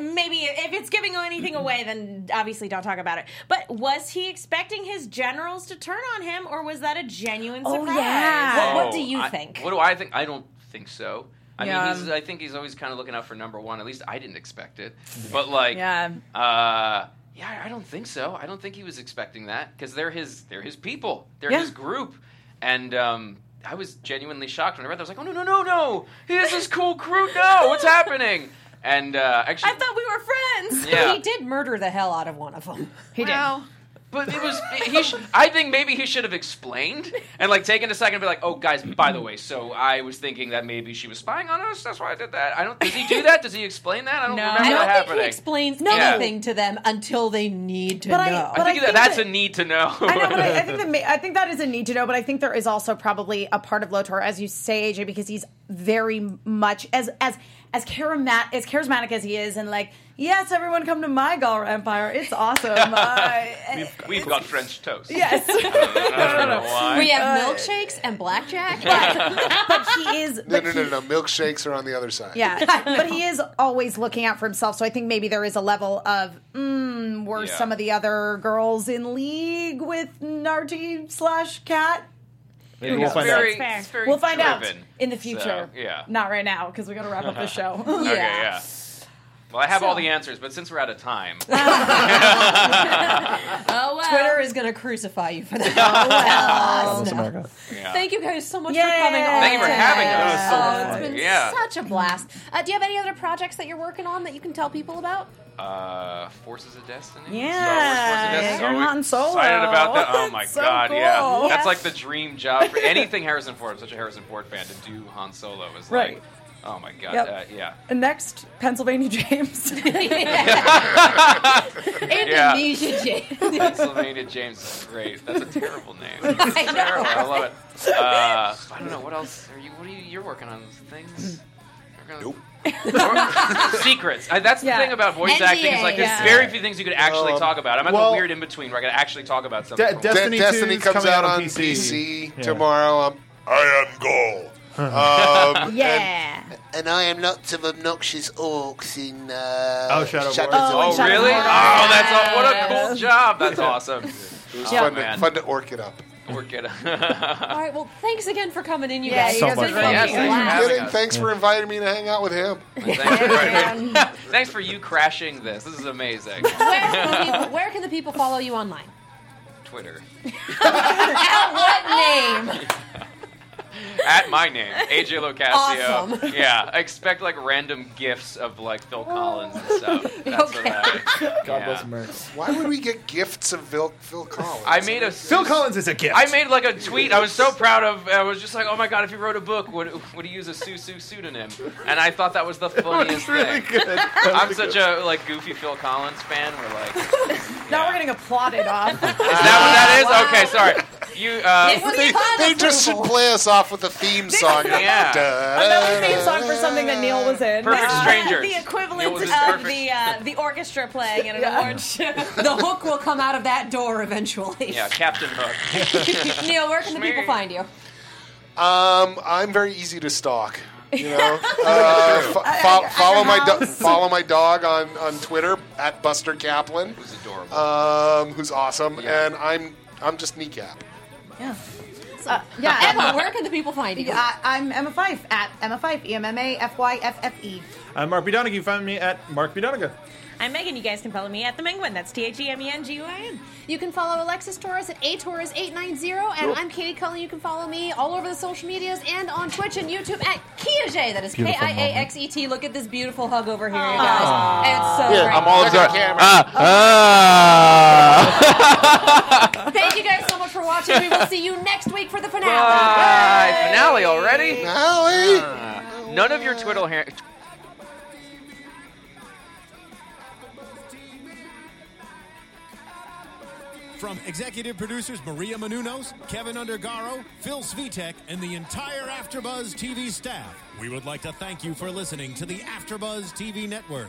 Speaker 7: Maybe if it's giving anything away, then obviously don't talk about it. But was he expecting his generals to turn on him, or was that a genuine
Speaker 3: Oh,
Speaker 7: surprise?
Speaker 1: What-
Speaker 3: yeah.
Speaker 1: what
Speaker 6: Oh,
Speaker 1: do you
Speaker 6: I-
Speaker 1: think?
Speaker 6: What do I think? I don't think so. I
Speaker 3: Yeah.
Speaker 6: mean, he's, I think he's always kind of looking out for number one. At least I didn't expect it. But like,
Speaker 3: Yeah.
Speaker 6: uh, yeah, I don't think so. I don't think he was expecting that because they're his, they're his people, they're
Speaker 3: Yeah.
Speaker 6: his group, and um, I was genuinely shocked when I read. that. I was like, oh no, no, no, no! He has this cool crew. No, what's happening? And uh, actually,
Speaker 7: I thought we were friends.
Speaker 6: yeah.
Speaker 1: He did murder the hell out of one of them.
Speaker 3: he did.
Speaker 6: Well, But it was. He sh- I think maybe he should have explained and like taken a second and be like, "Oh, guys, by the way, so I was thinking that maybe she was spying on us. That's why I did that. I don't. Does he do that? Does he explain that? I don't
Speaker 7: No.
Speaker 6: remember
Speaker 1: I
Speaker 6: that
Speaker 1: don't think
Speaker 6: happening.
Speaker 1: he explains
Speaker 6: Yeah.
Speaker 1: anything to them until they need to
Speaker 3: But I-
Speaker 1: know.
Speaker 3: but
Speaker 6: I think
Speaker 3: I
Speaker 6: that, that's
Speaker 3: think
Speaker 6: a need to know.
Speaker 3: I know, but I, I think that ma- I think that is a need to know. But I think there is also probably a part of Lotor, as you say, AJ, because he's very much as as as charismatic as charismatic as he is, and like, yes, everyone come to my Galra Empire. It's awesome. Uh,
Speaker 6: We've got French toast.
Speaker 3: yes,
Speaker 6: I don't know why.
Speaker 1: we
Speaker 7: Oh,
Speaker 1: have milkshakes and blackjack. Like,
Speaker 3: but he is.
Speaker 4: No,
Speaker 3: But
Speaker 4: no,
Speaker 3: he,
Speaker 4: no, no. Milkshakes are on the other side.
Speaker 3: Yeah, but he is always looking out for himself. So I think maybe there is a level of mm, were
Speaker 6: Yeah.
Speaker 3: some of the other girls in league with Nardi slash Cat.
Speaker 5: Maybe we'll
Speaker 6: It's
Speaker 5: find
Speaker 6: very-
Speaker 5: out.
Speaker 7: That's fair.
Speaker 6: it's very
Speaker 3: We'll find out
Speaker 6: driven.
Speaker 3: in the future.
Speaker 6: So, yeah.
Speaker 3: not right now because we got to wrap up the show.
Speaker 6: Okay, yeah. Well, I have all the answers, but since we're out of time,
Speaker 7: Oh well.
Speaker 3: Um,
Speaker 1: Twitter is going to crucify you for that.
Speaker 5: That's America.
Speaker 6: yeah.
Speaker 1: Thank you guys so much
Speaker 3: Yay.
Speaker 1: for coming on.
Speaker 6: Thank you for having
Speaker 1: today.
Speaker 6: us. That was so
Speaker 1: Oh,
Speaker 6: much
Speaker 1: it's
Speaker 6: fun.
Speaker 1: been
Speaker 6: Yeah.
Speaker 1: such a blast. Uh, do you have any other projects that you're working on that you can tell people about?
Speaker 6: Uh, Forces of Destiny.
Speaker 3: Yeah,
Speaker 6: Star Wars Forces of Destiny.
Speaker 3: Aaron
Speaker 6: So
Speaker 3: Han Solo.
Speaker 6: Excited about that. Oh my
Speaker 3: That's so
Speaker 6: god,
Speaker 3: cool.
Speaker 6: yeah.
Speaker 3: Yeah.
Speaker 6: That's like the dream job for anything Harrison Ford. I'm such a Harrison Ford fan. To do Han Solo is
Speaker 3: Right.
Speaker 6: like, oh my god,
Speaker 3: Yep.
Speaker 6: uh, yeah.
Speaker 3: And next, Pennsylvania James.
Speaker 1: Indonesia, Jane.
Speaker 6: Pennsylvania James is great. That's a terrible name. It's
Speaker 1: I know.
Speaker 6: terrible. I love it. Uh, I don't know what else are you. What are you? You're working on things. You're gonna- Secrets. I, that's
Speaker 3: Yeah.
Speaker 6: the thing about voice acting is like there's
Speaker 1: NDA, yeah.
Speaker 6: very few things you could actually
Speaker 4: Um,
Speaker 6: talk about. I'm at
Speaker 5: well-
Speaker 6: the weird in between where I could actually talk about something.
Speaker 5: De-
Speaker 6: for once.
Speaker 5: de-
Speaker 4: De-
Speaker 5: Destiny
Speaker 4: Destiny,
Speaker 5: 2's
Speaker 4: comes
Speaker 5: coming
Speaker 4: out on PC,
Speaker 5: Yeah.
Speaker 4: tomorrow. Um, I am gold. um,
Speaker 3: yeah.
Speaker 8: And I am lots of obnoxious orcs in. Uh,
Speaker 5: Oh, Shadow Wars.
Speaker 8: of
Speaker 6: oh
Speaker 3: Shadow
Speaker 6: really? Oh,
Speaker 3: Wars.
Speaker 6: that's a, what a cool job. That's awesome.
Speaker 4: it was
Speaker 6: Yeah.
Speaker 4: fun, to,
Speaker 6: Man.
Speaker 4: fun to orc it up.
Speaker 6: We're good.
Speaker 1: All right. Well, thanks again for coming in, you
Speaker 3: Yeah,
Speaker 1: guys.
Speaker 3: you
Speaker 1: It's
Speaker 5: guys
Speaker 1: been
Speaker 5: are
Speaker 1: really
Speaker 6: Yes,
Speaker 1: a
Speaker 6: thanks for
Speaker 1: blast.
Speaker 6: having
Speaker 4: Kidding,
Speaker 6: us.
Speaker 4: thanks for inviting me to hang out with him.
Speaker 6: Thanks for, thanks for you crashing this. This is amazing.
Speaker 1: Where can, the people, where can the people follow you online?
Speaker 6: Twitter
Speaker 1: At what name?
Speaker 6: at my name AJ Locascio.
Speaker 1: Awesome.
Speaker 6: Yeah, I expect like random gifts of like Phil Collins and stuff. That's
Speaker 1: Okay.
Speaker 6: what I.
Speaker 5: God
Speaker 6: yeah.
Speaker 5: bless America.
Speaker 4: Why would we get gifts of Phil, Phil Collins?
Speaker 6: I made a
Speaker 5: Phil Collins is a gift.
Speaker 6: I made like a tweet. I was so proud of. I was just like, oh my god, if he wrote a book, would would he use a Sue Sue pseudonym? And I thought that was the funniest
Speaker 5: It's really
Speaker 6: thing.
Speaker 5: good.
Speaker 6: I'm such a like goofy Phil Collins fan. We're like, is
Speaker 3: Now we're getting applauded off.
Speaker 6: that what that is? Okay, sorry. You.
Speaker 1: It
Speaker 6: Uh,
Speaker 1: was
Speaker 4: they,
Speaker 1: upon
Speaker 4: they just should
Speaker 1: approval.
Speaker 4: play us off with a theme song.
Speaker 6: Yeah.
Speaker 3: Another theme song for something that Neil was in.
Speaker 6: Perfect
Speaker 7: Uh,
Speaker 6: strangers.
Speaker 7: The
Speaker 6: It
Speaker 7: equivalent
Speaker 6: was
Speaker 7: of
Speaker 6: perfect.
Speaker 7: the uh, the orchestra playing at an
Speaker 3: Yeah.
Speaker 7: award show.
Speaker 1: The hook will come out of that door eventually.
Speaker 6: yeah, Captain Hook.
Speaker 1: Neil, where can the people
Speaker 6: Shmee.
Speaker 1: find you?
Speaker 4: Um, I'm very easy to stalk. You know, uh, fo- fo- follow my do- follow my dog on on Twitter at Buster Kaplan,
Speaker 6: It was adorable.
Speaker 4: um, who's awesome,
Speaker 6: Yeah.
Speaker 4: and I'm I'm just kneecap.
Speaker 3: Uh, yeah.
Speaker 1: Emma, where can the people find you?
Speaker 3: I, uh, I'm Emma Fife at Emma Fife, E M M A F Y F F E.
Speaker 5: I'm Mark B. Donaghy. Find me at Mark B. Donaghy.
Speaker 7: I'm Megan. You guys can follow me at the Menguin. That's T H E M E N G U I N.
Speaker 1: You can follow Alexis Torres at atorres890, and I'm Katie Cullen. You can follow me all over the social medias and on Twitch and YouTube at Kiaxe. That is K
Speaker 5: Beautiful
Speaker 1: I
Speaker 5: moment.
Speaker 1: A X E T. Look at this beautiful hug over here, you guys. It's so great.
Speaker 6: Ah.
Speaker 5: Oh.
Speaker 1: Thank you guys so much for watching. We will see you next week for the finale.
Speaker 6: Bye. Finale already. Uh,
Speaker 4: Allie.
Speaker 6: None of your twiddle hair.
Speaker 2: From executive producers Maria Manunos, Kevin Undergaro, Phil Svitek, and the entire AfterBuzz TV staff, we would like to thank you for listening to the AfterBuzz TV network.